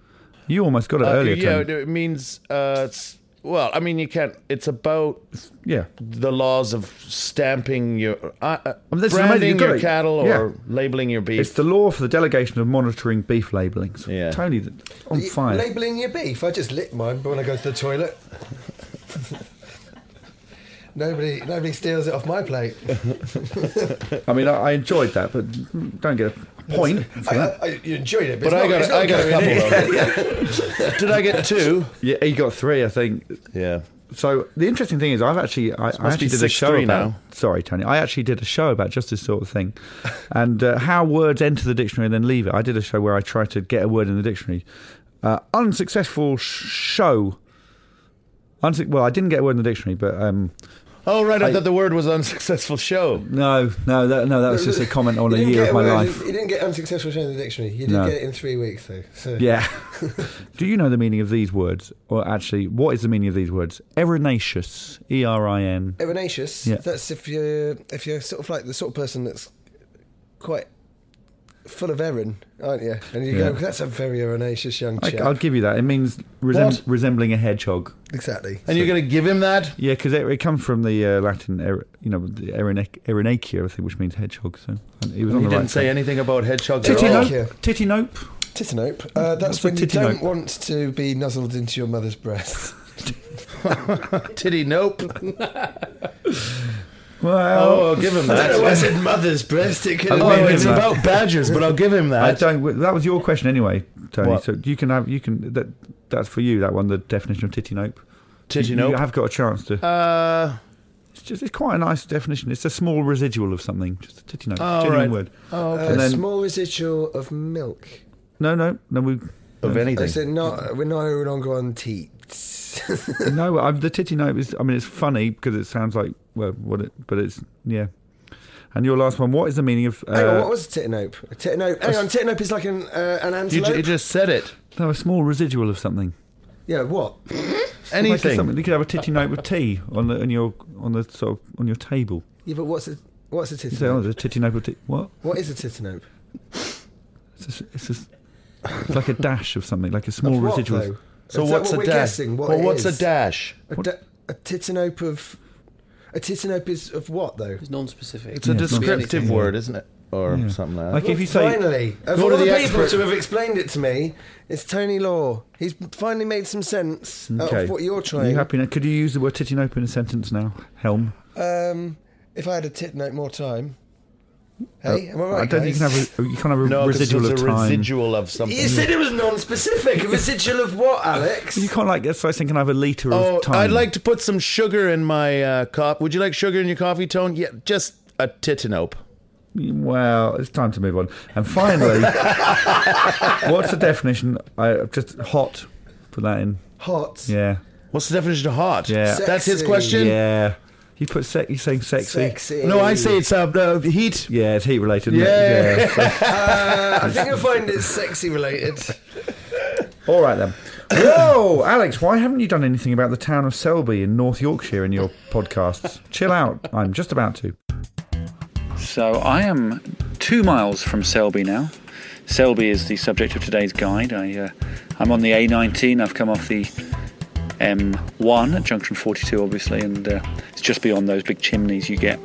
Speaker 3: You almost got it
Speaker 6: Uh,
Speaker 3: earlier,
Speaker 6: yeah,
Speaker 3: Tony.
Speaker 6: it means uh, it's well. I mean, you can't. It's about
Speaker 3: Yeah.
Speaker 6: the laws of stamping your uh, uh,
Speaker 3: mean, this is amazing.
Speaker 6: branding
Speaker 3: You've got
Speaker 6: your
Speaker 3: it.
Speaker 6: cattle or
Speaker 3: Yeah.
Speaker 6: labeling your beef.
Speaker 3: It's the law for the delegation of monitoring beef labelling. So,
Speaker 6: Yeah.
Speaker 3: Tony, th- on
Speaker 5: You-
Speaker 3: fire.
Speaker 5: Labelling your beef. I just lick mine when I go to the toilet. nobody, nobody steals it off my plate.
Speaker 3: I mean, I, I enjoyed that, but don't get a point for
Speaker 5: I, uh,
Speaker 3: that.
Speaker 5: I, you enjoyed it, but,
Speaker 6: but
Speaker 5: it's
Speaker 6: I
Speaker 5: not-
Speaker 6: got
Speaker 5: it's not
Speaker 6: I got a
Speaker 5: going in.
Speaker 6: couple of them. Did I get two?
Speaker 3: Yeah, he got three, I think.
Speaker 6: Yeah.
Speaker 3: So the interesting thing is, I've actually I, I
Speaker 6: must be
Speaker 3: actually did a
Speaker 6: 6'3"
Speaker 3: show about.
Speaker 6: now.
Speaker 3: Sorry, Tony. I actually did a show about just this sort of thing, and uh, how words enter the dictionary and then leave it. I did a show where I tried to get a word in the dictionary. Uh, unsuccessful sh- show. Unsu- well, I didn't get a word in the dictionary, but um,
Speaker 6: Oh right, I,
Speaker 3: I-
Speaker 6: thought the word was unsuccessful show.
Speaker 3: no, no, that, no. That was just a comment on a
Speaker 5: You didn't
Speaker 3: year
Speaker 5: get
Speaker 3: of my
Speaker 5: a word
Speaker 3: life.
Speaker 5: in- you didn't get unsuccessful show in the dictionary. You did
Speaker 3: No.
Speaker 5: get it in three weeks, though. So.
Speaker 3: Yeah. Do you know the meaning of these words? Or actually, what is the meaning of these words? Erinaceous. E R I N.
Speaker 5: Erinaceous.
Speaker 3: Yeah.
Speaker 5: That's if you're if you're sort of like the sort of person that's quite full of erin, aren't you? And you go,
Speaker 3: Yeah.
Speaker 5: that's a very erinaceous young
Speaker 3: I,
Speaker 5: chap.
Speaker 3: I'll give you that. It means resem-
Speaker 6: What?
Speaker 3: resembling a hedgehog.
Speaker 5: exactly.
Speaker 6: And you're gonna give him that?
Speaker 3: Yeah, because it, it comes from the uh, Latin, er, you know, the erinac- erinacia, I think, which means hedgehog. So and he was
Speaker 6: He
Speaker 3: on the
Speaker 6: didn't
Speaker 3: right
Speaker 6: say
Speaker 3: track.
Speaker 6: anything about Oh, hedgehogs. at
Speaker 3: Titty
Speaker 6: all.
Speaker 5: Titinope.
Speaker 3: nope. Titty nope.
Speaker 5: Titanope. Uh, that's
Speaker 3: What's a
Speaker 5: when you
Speaker 3: titanope?
Speaker 5: don't want to be nuzzled into your mother's breast.
Speaker 6: Titty nope.
Speaker 3: Well,
Speaker 6: Oh, I'll give him that.
Speaker 5: I said mother's breast. It could have
Speaker 3: Oh,
Speaker 6: Oh,
Speaker 3: I'll give
Speaker 6: it's
Speaker 3: him that.
Speaker 6: about badgers, but I'll give him that.
Speaker 3: I don't. That was your question anyway, Tony.
Speaker 6: Oh, What?
Speaker 3: So you can have you can that that's for you. That one, the definition of titty nope.
Speaker 6: Titty
Speaker 3: You- You
Speaker 6: nope.
Speaker 3: have got a chance to.
Speaker 6: Uh,
Speaker 3: It's, just, it's quite a nice definition. It's a small residual of something. Just a titty note.
Speaker 6: Oh,
Speaker 3: genuine
Speaker 6: right.
Speaker 3: word.
Speaker 6: oh,
Speaker 5: a
Speaker 3: And then-
Speaker 5: small residual of milk.
Speaker 3: No, no, no. We
Speaker 6: of anything.
Speaker 5: So not, we're no longer on teats.
Speaker 3: no. I'm, the titty note is. I mean, it's funny because it sounds like well, what it, but it's yeah. And your last one. What is the meaning of?
Speaker 5: Hang on, what
Speaker 3: Uh,
Speaker 5: was a titanope? A titanope. Hang on, titanope is like an uh, an
Speaker 6: You,
Speaker 5: antelope.
Speaker 6: ju- you just said it.
Speaker 3: no, a small residual of something.
Speaker 5: yeah, what?
Speaker 3: Like it's
Speaker 6: Anything.
Speaker 3: something. You could have a titty note with tea on the on your on the sort of on your table.
Speaker 5: Yeah, but what's a what's a
Speaker 3: You say, oh,
Speaker 5: titanope?
Speaker 3: there's a titty note with tea. What?
Speaker 5: What is a titanope?
Speaker 3: It's just, it's just it's like a dash of something, like a small
Speaker 5: Of what,
Speaker 3: residual.
Speaker 5: though?
Speaker 6: so
Speaker 5: Is that
Speaker 6: what's
Speaker 5: what
Speaker 6: a
Speaker 5: we're
Speaker 6: dash?
Speaker 5: guessing? What
Speaker 6: well,
Speaker 5: it
Speaker 6: what's
Speaker 5: is?
Speaker 6: a dash?
Speaker 5: A, da- a titanope of A titanope is of what though?
Speaker 7: It's non-specific.
Speaker 6: It's a descriptive word, isn't it? Or something like that.
Speaker 3: Like if you say,
Speaker 5: finally, of
Speaker 6: Go
Speaker 5: all
Speaker 6: to
Speaker 5: the,
Speaker 6: the
Speaker 5: people
Speaker 6: expert.
Speaker 5: to have explained it to me, it's Tony Law. He's finally made some sense out
Speaker 3: okay,
Speaker 5: of what you're
Speaker 3: Are
Speaker 5: trying.
Speaker 3: you happy now? Could you use the word titting open in a sentence now? Helm.
Speaker 5: um, if I had a titanope more time, hey, am I right?
Speaker 3: Oh, I don't think
Speaker 5: guys?
Speaker 3: you can have a, you can't have a
Speaker 6: no, 'cause
Speaker 3: residual of
Speaker 6: it's a
Speaker 3: time.
Speaker 6: residual of something.
Speaker 5: You said it was non-specific. A residual of what, Alex?
Speaker 3: You can't like that's like saying can I have a liter
Speaker 6: Oh,
Speaker 3: of time.
Speaker 6: I'd like to put some sugar in my uh, cup. Would you like sugar in your coffee, Tone? Yeah, just a titanope.
Speaker 3: Well, it's time to move on. And finally, what's the definition? I just hot. Put that in.
Speaker 5: Hot.
Speaker 3: Yeah,
Speaker 6: What's the definition of hot?
Speaker 3: Yeah.
Speaker 6: that's his
Speaker 5: Sexy.
Speaker 6: question.
Speaker 3: yeah. You put sec. You saying sexy?
Speaker 5: Sexy.
Speaker 6: No, I say it's uh, uh, heat.
Speaker 3: Yeah, it's heat related. isn't it?
Speaker 6: Yeah.
Speaker 3: yeah.
Speaker 5: Uh, I think I find it sexy related.
Speaker 3: All right then. Whoa, Alex, why haven't you done anything about the town of Selby in North Yorkshire in your podcasts? Chill out. I'm just about to.
Speaker 4: So I am two miles from Selby now. Selby is the subject of today's guide. I, uh, I'm on the A19. I've come off the M1 at junction 42, obviously, and uh, it's just beyond those big chimneys you get.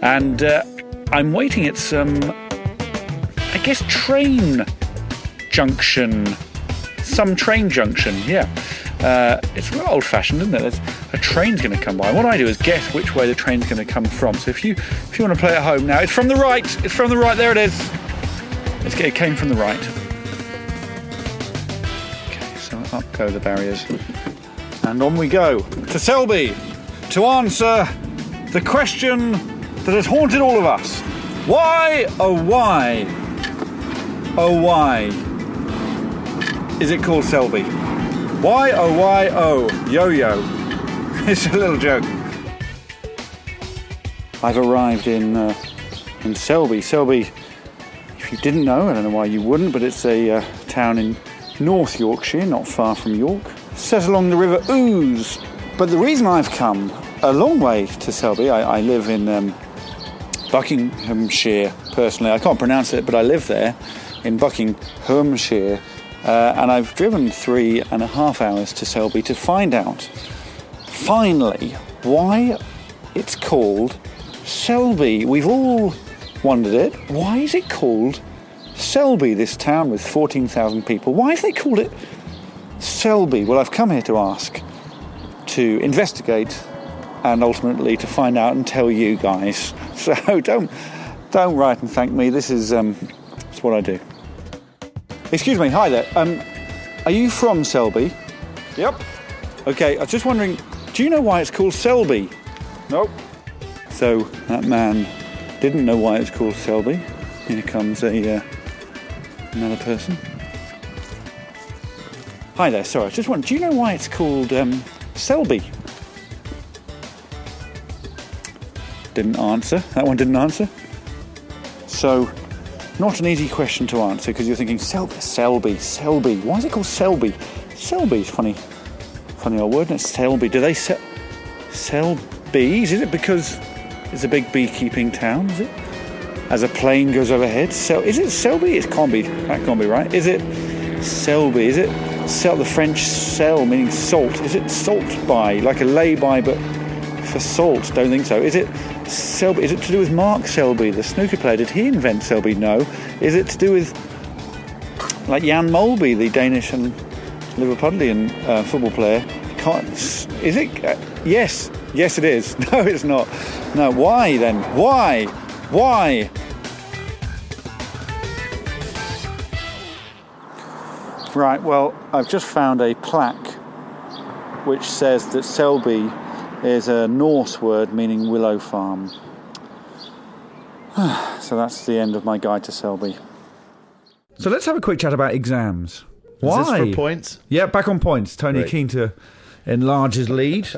Speaker 4: And uh, I'm waiting at some, I guess, train junction. Some train junction, yeah. Uh, it's a little old fashioned, isn't it? There's, a train's going to come by. What I do is guess which way the train's going to come from. So if you if you want to play at home now, it's from the right. It's from the right. There it is. It's, it came from the right. Okay, so up go the barriers, and on we go to Selby to answer the question that has haunted all of us. Why, oh why, oh why is it called Selby? Why, oh why, oh, yo-yo. It's a little joke. I've arrived in uh, in Selby. Selby, if you didn't know, I don't know why you wouldn't, but it's a uh, town in North Yorkshire, not far from York, set along the River Ouse. But the reason I've come a long way to Selby, I, I live in um, Buckinghamshire personally. I can't pronounce it, but I live there in Buckinghamshire. Uh, and I've driven three and a half hours to Selby to find out, finally, why it's called Selby. We've all wondered it. Why is it called Selby, this town with 14,000 people? Why have they called it Selby? Well, I've come here to ask, to investigate, and ultimately to find out and tell you guys. So don't don't write and thank me. This is um, it's what I do. Excuse me, hi there. Um, are you from Selby? Yep. Okay, I was just wondering, do you know why it's called Selby? Nope. So that man didn't know why it's called Selby. Here comes a uh, another person. Hi there. Sorry, I was just wondering, do you know why it's called um, Selby? Didn't answer. That one didn't answer. So not an easy question to answer because you're thinking Selby, Selby, Selby. Why is it called Selby? Selby's funny, funny old word. Isn't it? Selby. Do they sell sell bees? Is it because it's a big beekeeping town? Is it? As a plane goes overhead, sell. Is it Selby? It can't be. That can't be right. Is it Selby? Is it sell? The French sell meaning salt. Is it salt by like a lay by but for salt? Don't think so. Is it Selby? Is it to do with Mark Selby, the snooker player? Did he invent Selby? No. Is it to do with like Jan Molby, the Danish and Liverpudlian uh, football player? Can't, is it? Uh, yes, yes, it is. No, it's not. No, why then? Why? Why? Right, well, I've just found a plaque which says that Selby is a Norse word meaning willow farm. so that's the end of my guide to Selby.
Speaker 3: So let's have a quick chat about exams.
Speaker 6: Is this
Speaker 3: Why?
Speaker 6: for points?
Speaker 3: Yeah, back on points. Tony
Speaker 6: Right.
Speaker 3: keen to enlarge his lead.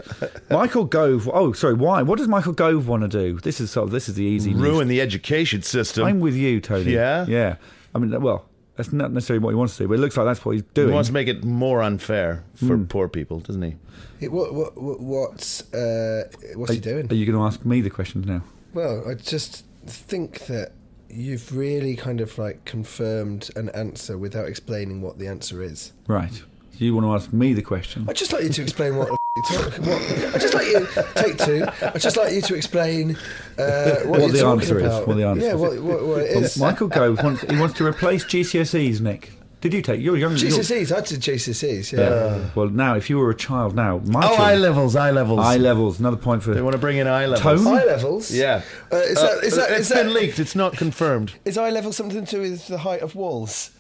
Speaker 3: Michael Gove. Oh, sorry. Why? What does Michael Gove want to do? This is sort of this is the easy news.
Speaker 6: Ruin the education system.
Speaker 3: I'm with you, Tony.
Speaker 6: Yeah?
Speaker 3: yeah. I mean, well, that's not necessarily what he wants to do, but it looks like that's what he's doing. Hmm.
Speaker 6: He wants to make it more unfair for poor people, doesn't he?
Speaker 5: It- what, what, what- what's uh, what's he doing?
Speaker 3: Are you going to ask me the questions now?
Speaker 5: Well, I just think that you've really kind of like confirmed an answer without explaining what the answer is.
Speaker 3: Right. You want to ask me the question?
Speaker 5: I'd just like you to explain what You talk- what- I'd just like you take two. I'd just like you to explain uh, what,
Speaker 3: What
Speaker 5: you're
Speaker 3: the
Speaker 5: talking
Speaker 3: answer is,
Speaker 5: about.
Speaker 3: what the answer
Speaker 5: yeah,
Speaker 3: is.
Speaker 5: what, what, what it is.
Speaker 3: Michael Gove wants he wants to replace GCSEs. Nick, did you take? You're young. you're-
Speaker 6: E.
Speaker 5: GCSEs. I did GCSEs. Yeah.
Speaker 3: Yeah. Well, now if you were a child now, my
Speaker 6: Oh,
Speaker 3: children-
Speaker 6: eye levels, eye levels.
Speaker 3: Eye levels. Another point for
Speaker 6: They want to bring in eye levels.
Speaker 3: Tone?
Speaker 5: Eye levels.
Speaker 6: Yeah.
Speaker 5: Uh, is that- is that-
Speaker 6: it's
Speaker 5: is
Speaker 6: been
Speaker 5: that-
Speaker 6: leaked. It's not confirmed.
Speaker 5: Is eye level something to do with the height of walls?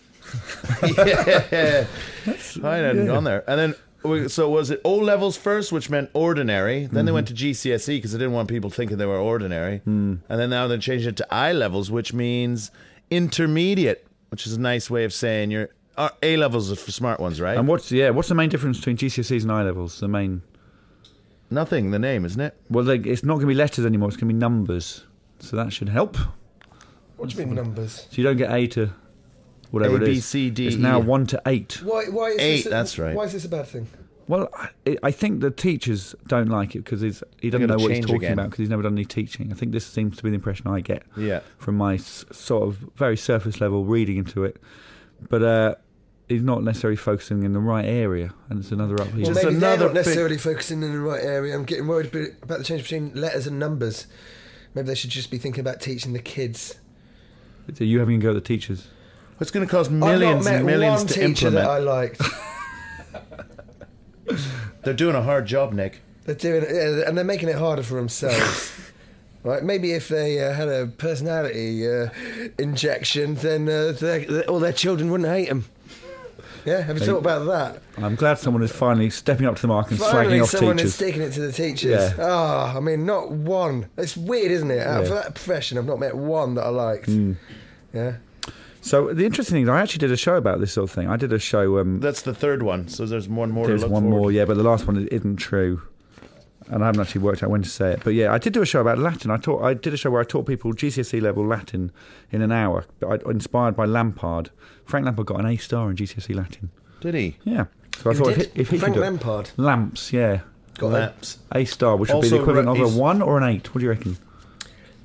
Speaker 6: yeah. I hadn't gone there. And then, we- so was it O levels first, which meant ordinary? Then they went to GCSE because they E didn't want people thinking they were ordinary. And then now they changed it to I levels, which means intermediate, which is a nice way of saying you're. uh, A levels are for smart ones, right?
Speaker 3: And what's yeah? What's the main difference between GCSEs and I levels? The main
Speaker 6: Nothing, the name, isn't it?
Speaker 3: well, they, it's not going to be letters anymore. It's going to be numbers. So that should help. So
Speaker 5: What do you mean numbers?
Speaker 3: you don't get A to whatever it
Speaker 6: A,
Speaker 3: is.
Speaker 6: B, C, D,
Speaker 3: It's now
Speaker 6: E.
Speaker 3: one to eight.
Speaker 5: Why? Why is
Speaker 6: Eight,
Speaker 5: This a,
Speaker 6: that's right.
Speaker 5: Why is this a bad thing?
Speaker 3: Well, I, I think the teachers don't like it because he doesn't
Speaker 6: gotta
Speaker 3: know what he's
Speaker 6: change
Speaker 3: talking about 'cause
Speaker 6: again.
Speaker 3: about because he's never done any teaching. I think this seems to be the impression I get.
Speaker 6: Yeah.
Speaker 3: From my s- sort of very surface level reading into it, but uh, he's not necessarily focusing in the right area, and it's another upheaval.
Speaker 5: Well,
Speaker 6: Just
Speaker 5: maybe
Speaker 6: another
Speaker 5: they're not
Speaker 6: big-
Speaker 5: necessarily focusing in the right area. I'm getting worried a bit about the change between letters and numbers. Maybe they should just be thinking about teaching the kids.
Speaker 3: so you having a go at the teachers?
Speaker 6: It's going to cost
Speaker 5: I've not
Speaker 6: millions
Speaker 5: met
Speaker 6: and millions
Speaker 5: one
Speaker 6: to
Speaker 5: teacher
Speaker 6: implement.
Speaker 5: that I liked.
Speaker 6: They're doing a hard job, Nick.
Speaker 5: They're doing it, yeah, and they're making it harder for themselves. Right, maybe if they uh, had a personality uh, injection, then uh, their- their- all their children wouldn't hate them. Yeah, have you thought about that?
Speaker 3: I'm glad someone is finally stepping up to the mark and
Speaker 5: Finally,
Speaker 3: slagging off
Speaker 5: someone
Speaker 3: teachers.
Speaker 5: is sticking it to the teachers.
Speaker 3: Yeah.
Speaker 5: Ah, I mean, not one. It's weird, isn't it? Out of that profession, I've not met one that I liked.
Speaker 3: Hmm.
Speaker 5: Yeah,
Speaker 3: so the interesting thing, is I actually did a show about this sort of thing. I did a show. Um,
Speaker 6: That's the third one. So there's one more
Speaker 3: there's
Speaker 6: to look
Speaker 3: one
Speaker 6: forward
Speaker 3: more, yeah, but the last one isn't true. And I haven't actually worked out when to say it, but yeah, I did do a show about Latin. I taught, I did a show where I taught people GCSE E level Latin in an hour, but I, inspired by Lampard. Frank Lampard got an A star in GCSE E Latin.
Speaker 6: Did he?
Speaker 3: Yeah, so I
Speaker 5: You
Speaker 3: thought
Speaker 5: did?
Speaker 3: if he, if he
Speaker 5: Frank
Speaker 3: could do it-
Speaker 5: Lampard?
Speaker 3: Lamps, yeah,
Speaker 5: got that.
Speaker 6: Laps.
Speaker 3: A star, which would be the
Speaker 6: Also,
Speaker 3: equivalent of a
Speaker 6: he's-
Speaker 3: one or an eight. What do you reckon?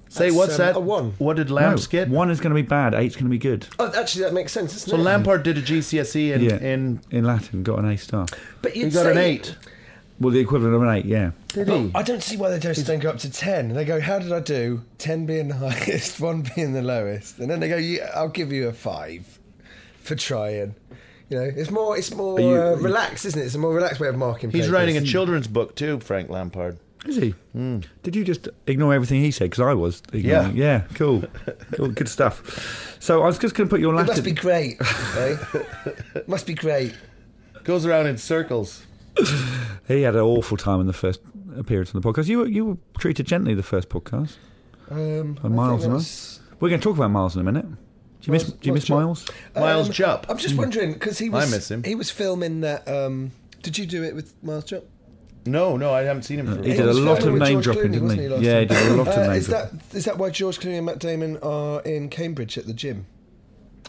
Speaker 6: Say,
Speaker 5: That's,
Speaker 6: what's
Speaker 5: um,
Speaker 6: that?
Speaker 5: a one.
Speaker 6: What did
Speaker 3: No,
Speaker 6: Lamps get?
Speaker 3: one is going to be bad, eight's going to be good.
Speaker 5: Oh, actually, that makes sense. Doesn't
Speaker 6: So
Speaker 5: it?
Speaker 6: Lampard did a GCSE in,
Speaker 3: Yeah,
Speaker 6: in
Speaker 3: in Latin, got an A star.
Speaker 5: but
Speaker 6: E he
Speaker 5: you'd
Speaker 6: got an
Speaker 5: say-
Speaker 6: eight.
Speaker 3: Well, the equivalent of an eight, yeah.
Speaker 6: Did
Speaker 5: But I don't see why they just don't go up to 10. They go, How did I do? 10 being the highest, 1 being the lowest. And then they go, yeah, I'll give you a 5 for trying. You know, it's more, it's more
Speaker 3: you- Hmm.
Speaker 5: uh, relaxed, isn't it? It's a more relaxed way of marking.
Speaker 6: He's
Speaker 5: papers.
Speaker 6: writing a children's book too, Frank Lampard.
Speaker 3: Is he? Did you just ignore everything he said? Because I was. Ignoring. Yeah. Yeah. Cool. cool. Good stuff. So I was just going to put your
Speaker 5: It
Speaker 3: Latin.
Speaker 5: must be great. eh? must be great.
Speaker 6: Goes around in circles.
Speaker 3: he had an awful time in the first appearance on the podcast. You were, you were treated gently the first podcast.
Speaker 5: Um,
Speaker 3: And Miles and us. We're going to talk about Miles in a minute. Do you miss?
Speaker 5: Miles-
Speaker 3: Do you miss
Speaker 5: Miles
Speaker 3: Miles? Hmm.
Speaker 6: Miles
Speaker 5: Um,
Speaker 6: Jupp.
Speaker 5: I'm just wondering, because he was.
Speaker 6: miss him.
Speaker 5: He was filming that. Um, did you do it with Miles Jupp?
Speaker 6: No, no, I haven't seen him. For
Speaker 3: Uh, He
Speaker 6: a
Speaker 3: did a
Speaker 6: while.
Speaker 5: was
Speaker 3: lot of
Speaker 5: filming with
Speaker 3: name
Speaker 5: George
Speaker 3: dropping,
Speaker 5: Clooney,
Speaker 3: didn't
Speaker 5: wasn't
Speaker 3: he?
Speaker 5: last
Speaker 3: yeah, he did a lot of
Speaker 5: Uh,
Speaker 3: name
Speaker 5: is that
Speaker 3: dropping.
Speaker 5: is that why George Clooney and Matt Damon are in Cambridge at the gym?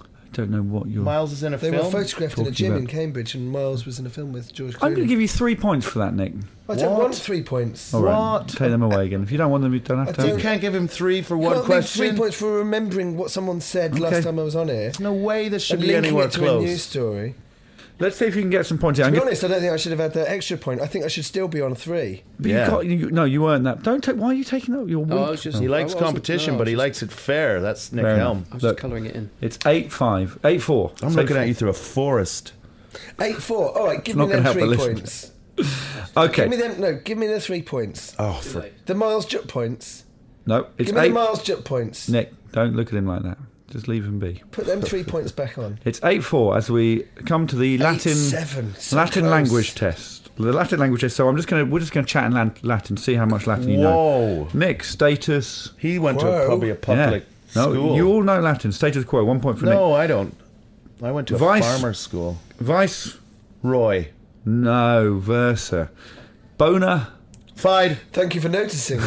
Speaker 3: I don't know what you're.
Speaker 6: Miles is in a
Speaker 5: They
Speaker 6: film.
Speaker 5: were photographed in a
Speaker 3: Talking
Speaker 5: gym in
Speaker 3: about-
Speaker 5: Cambridge, and Miles was in a film with George Clooney.
Speaker 3: I'm going to give you three points for that, Nick.
Speaker 5: I don't
Speaker 6: What?
Speaker 5: want three points.
Speaker 3: All right,
Speaker 6: What?
Speaker 3: Take them away again. If you don't want them, you don't have to.
Speaker 6: you can't give him three for
Speaker 5: I
Speaker 6: one
Speaker 5: can't leave
Speaker 6: question.
Speaker 5: three points for remembering what someone said
Speaker 3: Okay.
Speaker 5: last time I was on here.
Speaker 6: No way this should
Speaker 5: And
Speaker 6: be
Speaker 5: linking
Speaker 6: anywhere
Speaker 5: it to a news
Speaker 6: close.
Speaker 5: story.
Speaker 3: Let's see if you can get some points. out.
Speaker 5: To
Speaker 3: I'm
Speaker 5: be
Speaker 3: gonna-
Speaker 5: honest, I don't think I should have had that extra point. I think I should still be on three.
Speaker 3: But you
Speaker 6: Yeah.
Speaker 3: got, you, no, you weren't that. Don't take. Why are you taking that? You're.
Speaker 7: No, Oh, I
Speaker 3: weak.
Speaker 7: was just-
Speaker 6: He likes
Speaker 7: I wasn't-
Speaker 6: competition,
Speaker 7: no, I
Speaker 6: but he
Speaker 7: was
Speaker 6: likes it fair. That's Nick
Speaker 3: Fair
Speaker 6: Helm.
Speaker 3: enough.
Speaker 7: I was
Speaker 3: Look.
Speaker 7: just colouring it in.
Speaker 3: It's eight five, eight four.
Speaker 6: I'm
Speaker 3: It's
Speaker 6: looking
Speaker 3: eight
Speaker 6: at you through a forest.
Speaker 5: Eight four. All right, give me
Speaker 3: not gonna
Speaker 5: them
Speaker 3: help the
Speaker 5: three
Speaker 3: listeners.
Speaker 5: points.
Speaker 3: four. Okay.
Speaker 5: Give me them. No, give me the three points.
Speaker 6: Oh, for
Speaker 5: The Miles Jupp points.
Speaker 3: no, it's
Speaker 5: Give me
Speaker 3: eight.
Speaker 5: the Miles Jupp points.
Speaker 3: Nick, don't look at him like that. Just leave him be.
Speaker 5: Put them three points back on.
Speaker 3: It's eight four as we come to the Latin
Speaker 5: seven. So
Speaker 3: Latin
Speaker 5: close.
Speaker 3: language test. The Latin language test. So I'm just gonna we're just gonna chat in Lan- Latin, see how much Latin you know.
Speaker 6: Whoa.
Speaker 3: Nick, status.
Speaker 6: he went to a,
Speaker 5: Whoa.
Speaker 6: probably a public
Speaker 3: yeah. No,
Speaker 6: school.
Speaker 3: you all know Latin. Status quo. One point for Nick.
Speaker 6: no, I don't. I went to a
Speaker 3: Vice-
Speaker 6: farmer school.
Speaker 3: Vice.
Speaker 6: Roy.
Speaker 3: No. Versa. Bona.
Speaker 6: Fide.
Speaker 5: Thank you for noticing.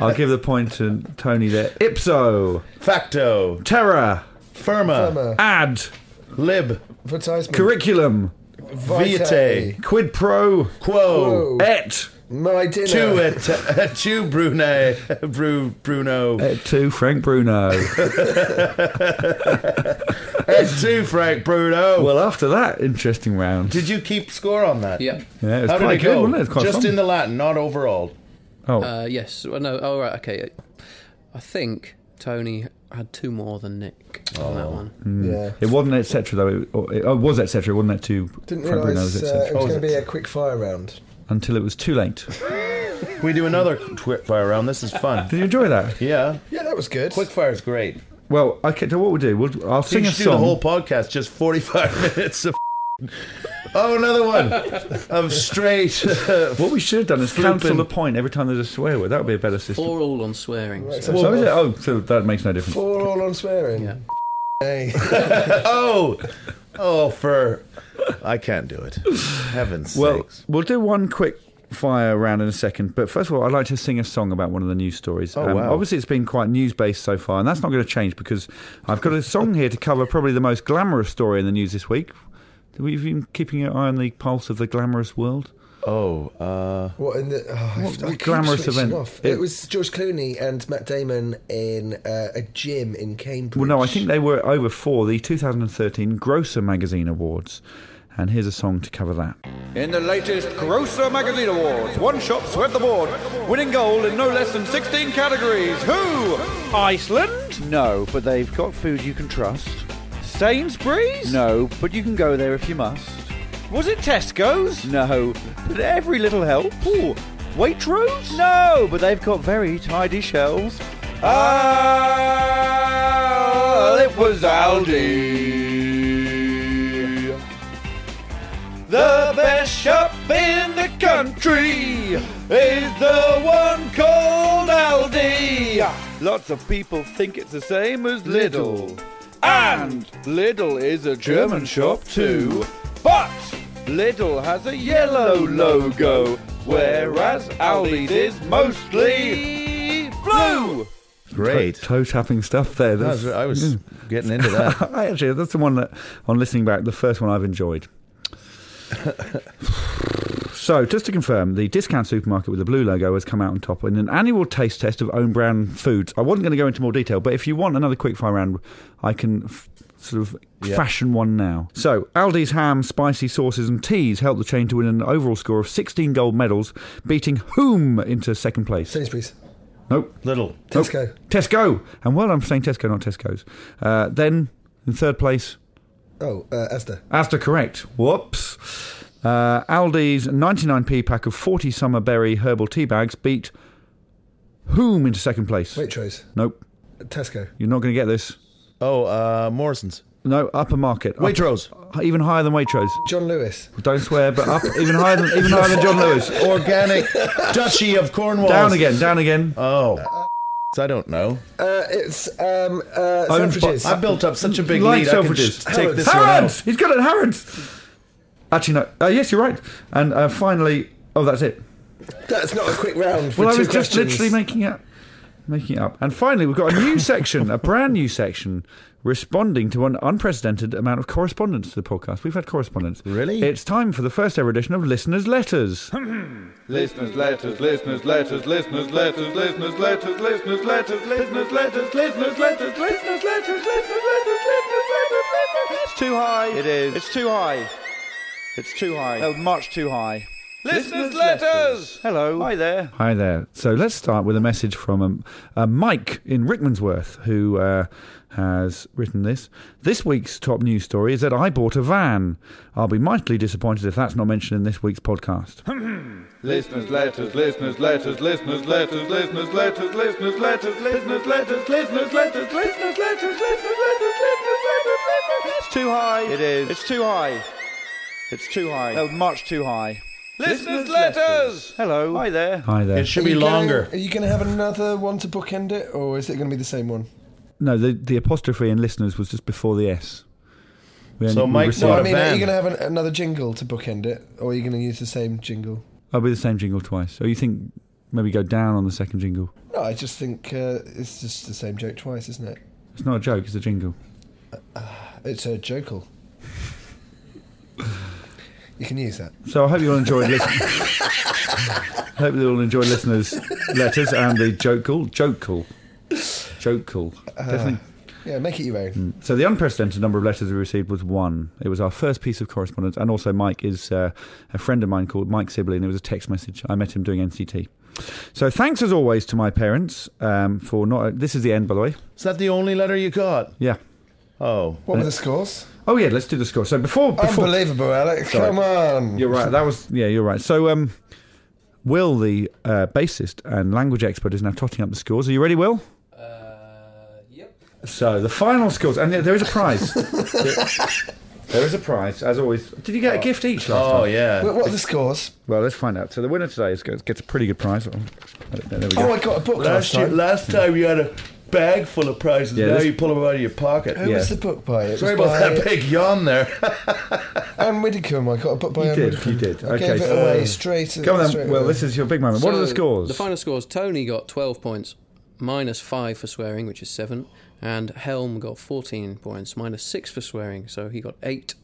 Speaker 3: I'll give the point to Tony there. Ipso.
Speaker 6: Facto.
Speaker 3: Terra.
Speaker 6: Firma.
Speaker 5: Firma.
Speaker 3: Ad.
Speaker 6: Lib.
Speaker 5: Advertisement.
Speaker 3: Curriculum.
Speaker 5: Vitae.
Speaker 6: Vitae.
Speaker 3: Quid pro
Speaker 6: Quo.
Speaker 5: Quo.
Speaker 3: et
Speaker 5: My dinner.
Speaker 6: To it, uh, to Brunei, Bru, Bruno,
Speaker 3: Uh, to Frank Bruno.
Speaker 6: Uh, to Frank Bruno.
Speaker 3: well, after that interesting round,
Speaker 6: did you keep score on that?
Speaker 7: Yeah.
Speaker 3: yeah, it was
Speaker 6: How did
Speaker 3: quite
Speaker 6: it
Speaker 3: good.
Speaker 6: go?
Speaker 3: Wasn't it? It was quite
Speaker 6: Just
Speaker 3: fun.
Speaker 6: in the Latin, not overall.
Speaker 3: oh,
Speaker 7: Uh, yes. Well, no. All right. Okay. I think Tony had two more than Nick on
Speaker 3: Oh.
Speaker 7: that one.
Speaker 5: yeah.
Speaker 3: it wasn't etc. Though it, or- it, oh, it was etc. It wasn't that to
Speaker 5: Didn't
Speaker 3: Frank Bruno, it was
Speaker 5: realise uh,
Speaker 3: etc.
Speaker 5: it was going to be a quick fire round.
Speaker 3: Until it was too late.
Speaker 6: We do another quick fire round. This is fun.
Speaker 3: Did you enjoy that?
Speaker 6: Yeah,
Speaker 5: Yeah, that was good.
Speaker 6: quick fire is great.
Speaker 3: Well, okay. So what we'll do? We'll, I'll
Speaker 6: You
Speaker 3: sing a
Speaker 6: should do the
Speaker 3: song.
Speaker 6: whole podcast, just forty-five minutes of. oh, another one of straight.
Speaker 3: what we should have done is
Speaker 6: Flippin'.
Speaker 3: count on the point every time there's a swear word. That would be a better system.
Speaker 7: Or all on swearing. so-
Speaker 3: so is it? Oh, so that makes no difference.
Speaker 5: Four all on swearing.
Speaker 7: Yeah.
Speaker 5: Hey.
Speaker 6: oh, oh, for I can't do it. Heavens.
Speaker 3: Well,
Speaker 6: sakes.
Speaker 3: we'll do one quick fire round in a second. But first of all, I'd like to sing a song about one of the news stories. Um,
Speaker 6: Oh, wow.
Speaker 3: Obviously, it's been quite news based so far, and that's not going to change because I've got a song here to cover probably the most glamorous story in the news this week. Have we been keeping your eye on the pulse of the glamorous world?
Speaker 6: oh, uh,
Speaker 5: What in the oh,
Speaker 3: What-
Speaker 5: I, I
Speaker 3: what
Speaker 5: keep
Speaker 3: glamorous
Speaker 5: switching
Speaker 3: event?
Speaker 5: Off.
Speaker 3: It-
Speaker 5: It, was George Clooney and Matt Damon in uh, a gym in Cambridge.
Speaker 3: Well, no, I think they were over for the 2013 Grocer Magazine Awards. And here's a song to cover that.
Speaker 4: In the latest Grocer Magazine Awards, one shop swept the board, winning gold in no less than 16 categories. Who? Iceland? No, but they've got food you can trust. Sainsbury's? No, but you can go there if you must. Was it Tesco's? No, but every little helps. Ooh, Waitrose? No, but they've got very tidy shelves. Ah, it was Aldi. The best shop in the country is the one called Aldi. Lots of people think it's the same as Lidl. And Lidl is a German shop too. But Lidl has a yellow logo, whereas Aldi's is mostly blue.
Speaker 6: great.
Speaker 3: Toe tapping stuff there.
Speaker 6: I was, I was getting into that.
Speaker 3: I actually, that's the one that, on listening back, the first one I've enjoyed. so, just to confirm, the discount supermarket with the blue logo has come out on top in an annual taste test of own brand foods. I wasn't going to go into more detail, but if you want another quick fire round, I can. F- Sort of fashion one now. So, Aldi's ham, spicy sauces, and teas helped the chain to win an overall score of 16 gold medals, beating whom into second place?
Speaker 5: Sainsbury's.
Speaker 3: Nope.
Speaker 6: Little.
Speaker 3: Nope.
Speaker 5: Tesco.
Speaker 3: Tesco. And well, I'm saying Tesco, not Tesco's. Uh, then in third place,
Speaker 5: Oh, uh, Asda.
Speaker 3: after correct. Whoops. Uh, Aldi's 99p pack of 40 summer berry herbal tea bags beat whom into second place?
Speaker 5: Waitrose.
Speaker 3: Nope.
Speaker 5: Tesco.
Speaker 3: You're not going to get this.
Speaker 6: Oh, uh, Morrison's.
Speaker 3: No, upper market. Up-
Speaker 6: Waitrose.
Speaker 3: even higher than Waitrose.
Speaker 5: John Lewis.
Speaker 3: Don't swear, but up even higher than even higher than John Lewis.
Speaker 6: Organic Duchy of Cornwall.
Speaker 3: Down again, down again.
Speaker 6: Oh. I don't know.
Speaker 5: Uh, it's um, uh,
Speaker 3: Owned
Speaker 5: Selfridges.
Speaker 3: by-
Speaker 6: I built up such a big
Speaker 3: Like
Speaker 6: lead. I can
Speaker 3: Selfridges.
Speaker 6: just take this one
Speaker 3: Harrods!
Speaker 6: out.
Speaker 3: He's got it, Harrods! Actually, no. Uh, yes, you're right. And uh, finally, oh, that's it.
Speaker 5: That's not a quick round. For
Speaker 3: Well, I
Speaker 5: two
Speaker 3: was just
Speaker 5: questions.
Speaker 3: literally making it, making it up. And finally, we've got a new section, a brand new section, responding to an unprecedented amount of correspondence to the podcast. We've had correspondence.
Speaker 6: Really?
Speaker 3: It's time for the first ever edition of listeners' letters.
Speaker 4: Listeners, letters, listeners, letters, listeners, letters, listeners, letters, listeners, letters, listeners, letters, listeners, letters, listeners, letters, listeners, letters, listeners, letters, letters. It's too high. It is. It's too high. It's too high. Oh, much too high. Listeners, letters. Hello. Hi there.
Speaker 3: Hi there. So let's start with a message from um, uh, Mike in Rickmansworth, who uh, has written this. This week's top news story is that I bought a van. I'll be mightily disappointed if that's not mentioned in this week's podcast.
Speaker 4: Listeners, letters, listeners, letters, listeners, letters, listeners, letters, listeners, letters, listeners, letters, listeners, letters, listeners, letters, listeners, letters, listeners, letters, letters. It's too high. It is. It's too high. It's too high. Oh, much too high. Listeners, letters. Hello. Hi there.
Speaker 3: Hi there.
Speaker 6: It should
Speaker 5: Are
Speaker 6: be
Speaker 5: you gonna-
Speaker 6: longer.
Speaker 5: are you going to have another one to bookend it, or is it going to be the same one?
Speaker 3: No, the, the apostrophe in listeners was just before the S. We
Speaker 6: So
Speaker 3: we
Speaker 6: Mike-
Speaker 3: received-
Speaker 5: No,
Speaker 6: What
Speaker 5: I
Speaker 6: a
Speaker 5: mean, are
Speaker 6: van.
Speaker 5: you going to have an, another jingle to bookend it, or are you going to use the same jingle?
Speaker 3: I'll be the same jingle twice. So you think maybe go down on the second jingle?
Speaker 5: No, I just think uh, it's just the same joke twice, isn't it?
Speaker 3: It's not a joke. It's a jingle.
Speaker 5: It's a jokel. You can use that.
Speaker 3: So I hope you all enjoyed listening. hope you all enjoyed listeners' letters and the joke call. Joke call. Joke call. Definitely.
Speaker 5: Yeah, make it your own.
Speaker 6: Mm.
Speaker 3: So the unprecedented number of letters we received was one. It was our first piece of correspondence, and also Mike is uh, a friend of mine called Mike Sibley, and it was a text message. I met him doing NCT. So thanks as always to my parents um, for not. This is the end, by the way.
Speaker 6: Is that the only letter you got?
Speaker 3: Yeah.
Speaker 6: Oh.
Speaker 5: What were the scores?
Speaker 3: Oh yeah. Let's do the score. So before, before
Speaker 5: Unbelievable, Alex.
Speaker 3: Sorry.
Speaker 5: Come on.
Speaker 3: You're right. That was yeah. You're right. So, um, Will, the uh, bassist and language expert, is now totting up the scores. Are you ready, Will?
Speaker 7: yep.
Speaker 3: So the final scores, and there- there is a prize. There- there is a prize, as always. Did you get a gift each last
Speaker 6: Oh,
Speaker 3: time?
Speaker 6: yeah.
Speaker 5: What, what are the scores?
Speaker 3: Well, let's find out. So the winner today is, gets gets a pretty good prize. Oh, There we go.
Speaker 5: Oh, I got a book last,
Speaker 6: Last, year,
Speaker 5: time.
Speaker 6: last time you had a bag full of prizes.
Speaker 3: Yeah,
Speaker 6: now
Speaker 3: this-
Speaker 6: you pull them out of your pocket.
Speaker 5: Who
Speaker 3: Yeah.
Speaker 5: was the book by? It
Speaker 6: Sorry
Speaker 5: was
Speaker 6: about
Speaker 5: by
Speaker 6: that big yawn there.
Speaker 5: Anne Widdecombe. I got a book by
Speaker 3: You
Speaker 5: Anne
Speaker 3: did,
Speaker 5: Widdecombe.
Speaker 3: you did.
Speaker 5: I
Speaker 3: Okay,
Speaker 5: um, gave it
Speaker 3: so- um,
Speaker 5: away straight.
Speaker 3: Come on
Speaker 5: straight
Speaker 3: then. Well,
Speaker 5: away.
Speaker 3: this is your big moment. what are the
Speaker 7: So,
Speaker 3: scores?
Speaker 7: The final scores Tony got 12 points, minus 5 for swearing, which is 7, and Helm got 14 points, minus 6 for swearing, so he got 8.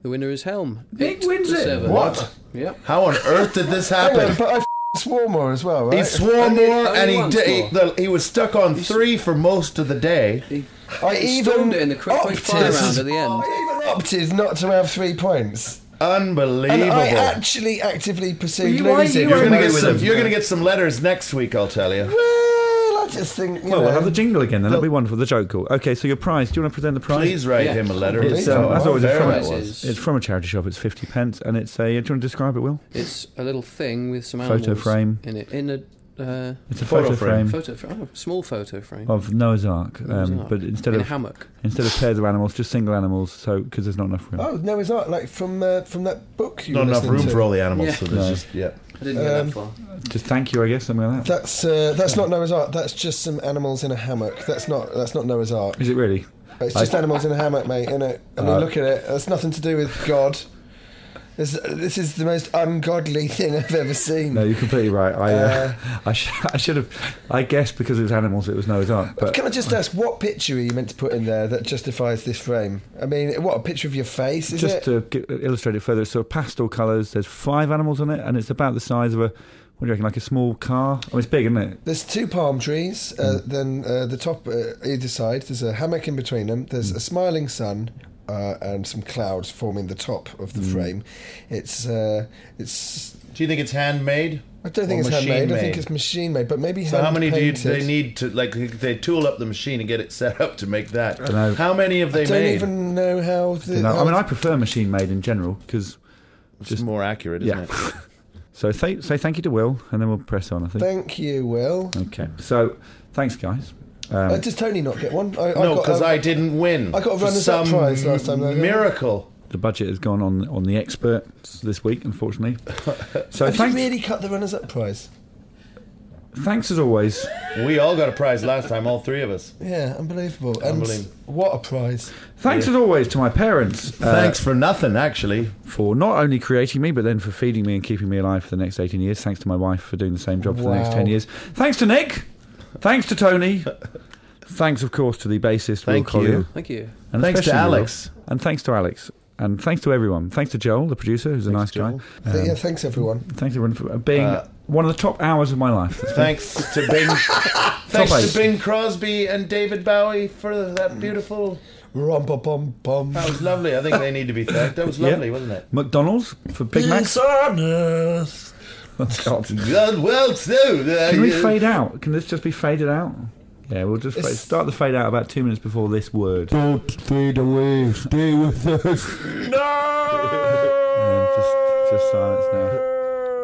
Speaker 7: The winner is Helm.
Speaker 3: Nick
Speaker 7: Eight
Speaker 3: wins
Speaker 7: to
Speaker 3: it.
Speaker 7: Seven.
Speaker 6: What?
Speaker 7: Yep.
Speaker 6: How on earth did this
Speaker 5: Hang on,
Speaker 6: happen?
Speaker 5: but I f- swore more as well, right?
Speaker 6: He swore
Speaker 7: Only-
Speaker 6: more,
Speaker 7: only
Speaker 6: and he
Speaker 7: once
Speaker 6: did, he,
Speaker 7: more.
Speaker 6: the- he was stuck on three for most of the day.
Speaker 5: I
Speaker 7: He
Speaker 5: even
Speaker 7: stormed it in the quick quick
Speaker 5: opted.
Speaker 7: fire round at the
Speaker 6: Oh,
Speaker 7: end.
Speaker 5: I even opted not to have three points. And
Speaker 6: Unbelievable!
Speaker 5: I actually actively pursued
Speaker 3: you- why-
Speaker 5: losing.
Speaker 3: you
Speaker 6: you're
Speaker 3: were
Speaker 6: gonna
Speaker 3: away
Speaker 6: get
Speaker 3: with
Speaker 6: some.
Speaker 3: him.
Speaker 6: You're gonna get some letters next week. I'll tell you.
Speaker 5: Well, I just think. You
Speaker 3: well,
Speaker 5: know,
Speaker 3: we'll have the jingle again. Then that'll be wonderful. The joke call. Okay, so your prize. Do you want to present the prize?
Speaker 6: Please write
Speaker 7: Yeah.
Speaker 6: him a letter.
Speaker 3: It's, um,
Speaker 6: Oh,
Speaker 3: that's always a
Speaker 6: fair
Speaker 3: front.
Speaker 6: that was.
Speaker 7: Prizes.
Speaker 3: It's from a charity shop. It's fifty pence, and it's a. Do you want to describe it, Will?
Speaker 7: It's a little thing with some
Speaker 3: Photo
Speaker 7: animals
Speaker 3: frame.
Speaker 7: in it. In a uh,
Speaker 3: It's a
Speaker 6: Photo
Speaker 3: photo,
Speaker 6: frame.
Speaker 3: frame.
Speaker 7: photo frame, oh, small photo frame.
Speaker 3: of Noah's Ark,
Speaker 7: Noah's
Speaker 3: um,
Speaker 7: Ark.
Speaker 3: but instead
Speaker 7: in
Speaker 3: of
Speaker 7: a hammock.
Speaker 3: instead of pairs of animals, just single animals. So because there's not enough room.
Speaker 5: Oh no, it's not like from uh, from that book. You
Speaker 6: Not
Speaker 5: were
Speaker 6: enough
Speaker 5: listening
Speaker 6: room
Speaker 5: to.
Speaker 6: for all the animals.
Speaker 7: Yeah.
Speaker 6: So there's
Speaker 3: No.
Speaker 6: just yeah.
Speaker 7: I didn't get
Speaker 5: Um,
Speaker 7: that far.
Speaker 3: Just thank you, I guess, something like that.
Speaker 5: That's uh, that's not Noah's Ark. That's just some animals in a hammock. That's not that's not Noah's Ark.
Speaker 3: Is it really?
Speaker 5: It's just animals in a hammock, mate. In it, I
Speaker 6: Uh,
Speaker 5: mean, look at it. That's nothing to do with God. This, this is the most ungodly thing I've ever seen.
Speaker 3: No, you're completely right. I uh, I, sh- I should have. I guess because it was animals, it was Noah's Ark. But
Speaker 5: Can I just ask what picture are you meant to put in there that justifies this frame? I mean, what a picture of your face is
Speaker 3: just
Speaker 5: it?
Speaker 3: to get, illustrate it further, it's sort of pastel colours. There's five animals on it, and it's about the size of a. What do you reckon? Like a small car? Oh, it's big, isn't it?
Speaker 5: There's two palm trees.
Speaker 6: Mm.
Speaker 5: Uh, Then uh, the top uh, either side. There's a hammock in between them.
Speaker 6: Mm.
Speaker 5: There's a smiling sun. Uh, and some clouds forming the top of
Speaker 6: Mm.
Speaker 5: the frame. It's uh, it's.
Speaker 6: Do you think it's handmade?
Speaker 5: I don't think it's
Speaker 6: Or
Speaker 5: handmade. I think
Speaker 6: machine-made?
Speaker 5: it's machine made. But maybe
Speaker 6: So how many do you,
Speaker 5: hand-painted.
Speaker 6: they need to like? They tool up the machine and get it set up to make that.
Speaker 3: know.
Speaker 6: How many have they
Speaker 5: don't
Speaker 6: made?
Speaker 5: even know how. The,
Speaker 3: No,
Speaker 5: how
Speaker 3: I mean, I prefer machine made in general because.
Speaker 6: It's more accurate, isn't
Speaker 3: Yeah.
Speaker 6: it?
Speaker 3: so th- say thank you to Will, and then we'll press on. I think.
Speaker 5: thank you, Will.
Speaker 3: okay. So thanks, guys. Um,
Speaker 5: Uh, does Tony not get one? I, I
Speaker 6: No,
Speaker 5: got,
Speaker 6: because
Speaker 5: um,
Speaker 6: I didn't win.
Speaker 5: I got a
Speaker 6: For
Speaker 5: runners-up
Speaker 6: some
Speaker 5: prize last time, though, didn't I?
Speaker 6: Miracle.
Speaker 3: the budget has gone on on the experts this week, unfortunately. So
Speaker 5: Have
Speaker 3: thanks,
Speaker 5: you really cut the runners-up prize?
Speaker 3: thanks as always.
Speaker 6: We all got a prize last time. All three of us.
Speaker 5: Yeah, unbelievable. And
Speaker 6: Unbelievable.
Speaker 5: what a prize!
Speaker 3: Thanks as always to my parents. uh,
Speaker 6: Thanks for nothing, actually.
Speaker 3: for not only creating me, but then for feeding me and keeping me alive for the next 18 years. Thanks to my wife for doing the same job for the next
Speaker 5: Wow.
Speaker 3: 10 years. Thanks to Nick. Thanks to Tony. Thanks, of course, to the bassist
Speaker 6: Thank
Speaker 3: Will Collier.
Speaker 6: you.
Speaker 7: Thank you.
Speaker 3: And
Speaker 6: Thanks to
Speaker 3: especially Will.
Speaker 6: Alex.
Speaker 3: And thanks to Alex. And thanks to everyone. Thanks to Joel, the producer, who's a nice
Speaker 6: Joel.
Speaker 3: guy.
Speaker 5: Th-
Speaker 3: Um,
Speaker 5: yeah, thanks everyone.
Speaker 3: Thanks everyone for being
Speaker 6: Uh,
Speaker 3: one of the top hours of my life.
Speaker 6: Thanks to Bing. thanks
Speaker 3: eight. Mm.
Speaker 6: to Bing Crosby and David Bowie for that beautiful.
Speaker 5: Rom pom pom pom.
Speaker 6: That was lovely. I think they need to be thanked. That was lovely,
Speaker 3: Yeah.
Speaker 6: wasn't it?
Speaker 3: McDonald's for Big Macs. Oh, God.
Speaker 6: God, well, so uh,
Speaker 3: Can we
Speaker 6: yeah.
Speaker 3: fade out? Can this just be faded out? Yeah, we'll just fade,
Speaker 5: It's-
Speaker 3: start the fade out about two minutes before this word.
Speaker 9: Don't fade away. Stay with us.
Speaker 3: Yeah, just, just silence now.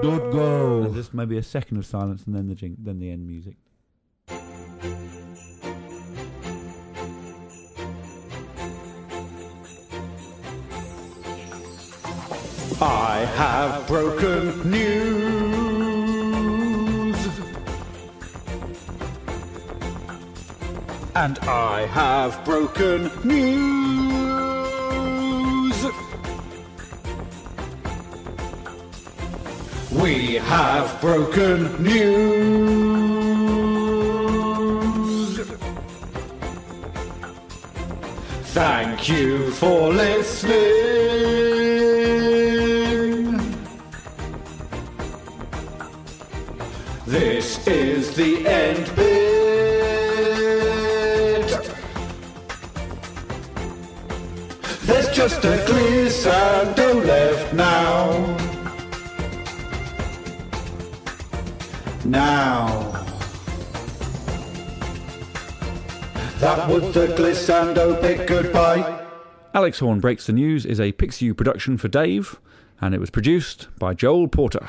Speaker 9: Don't
Speaker 6: Oh.
Speaker 3: And
Speaker 9: go.
Speaker 3: just maybe a second of silence, and then the jing, then the end music.
Speaker 4: I have broken news. And I have broken news. We have broken news. Thank you for listening. is the end bit. There's just a glissando left now. Now. That was the glissando bit. Goodbye.
Speaker 3: Alex Horn Breaks the News is a Pixiu production for Dave, and it was produced by Joel Porter.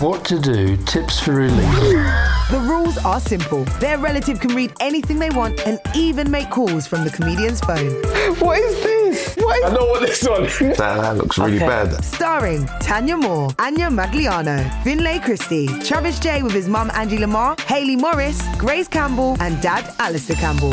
Speaker 9: What to do? Tips for relief.
Speaker 2: The rules are simple. Their relative can read anything they want and even make calls from the comedian's phone.
Speaker 10: What is this? What is I know what this one is.
Speaker 11: That, that looks really bad.
Speaker 2: Starring Tanya Moore, Anya Magliano, Finlay Christie, Travis J with his mum Angie Lamar, Hayley Morris, Grace Campbell, and dad Alistair Campbell.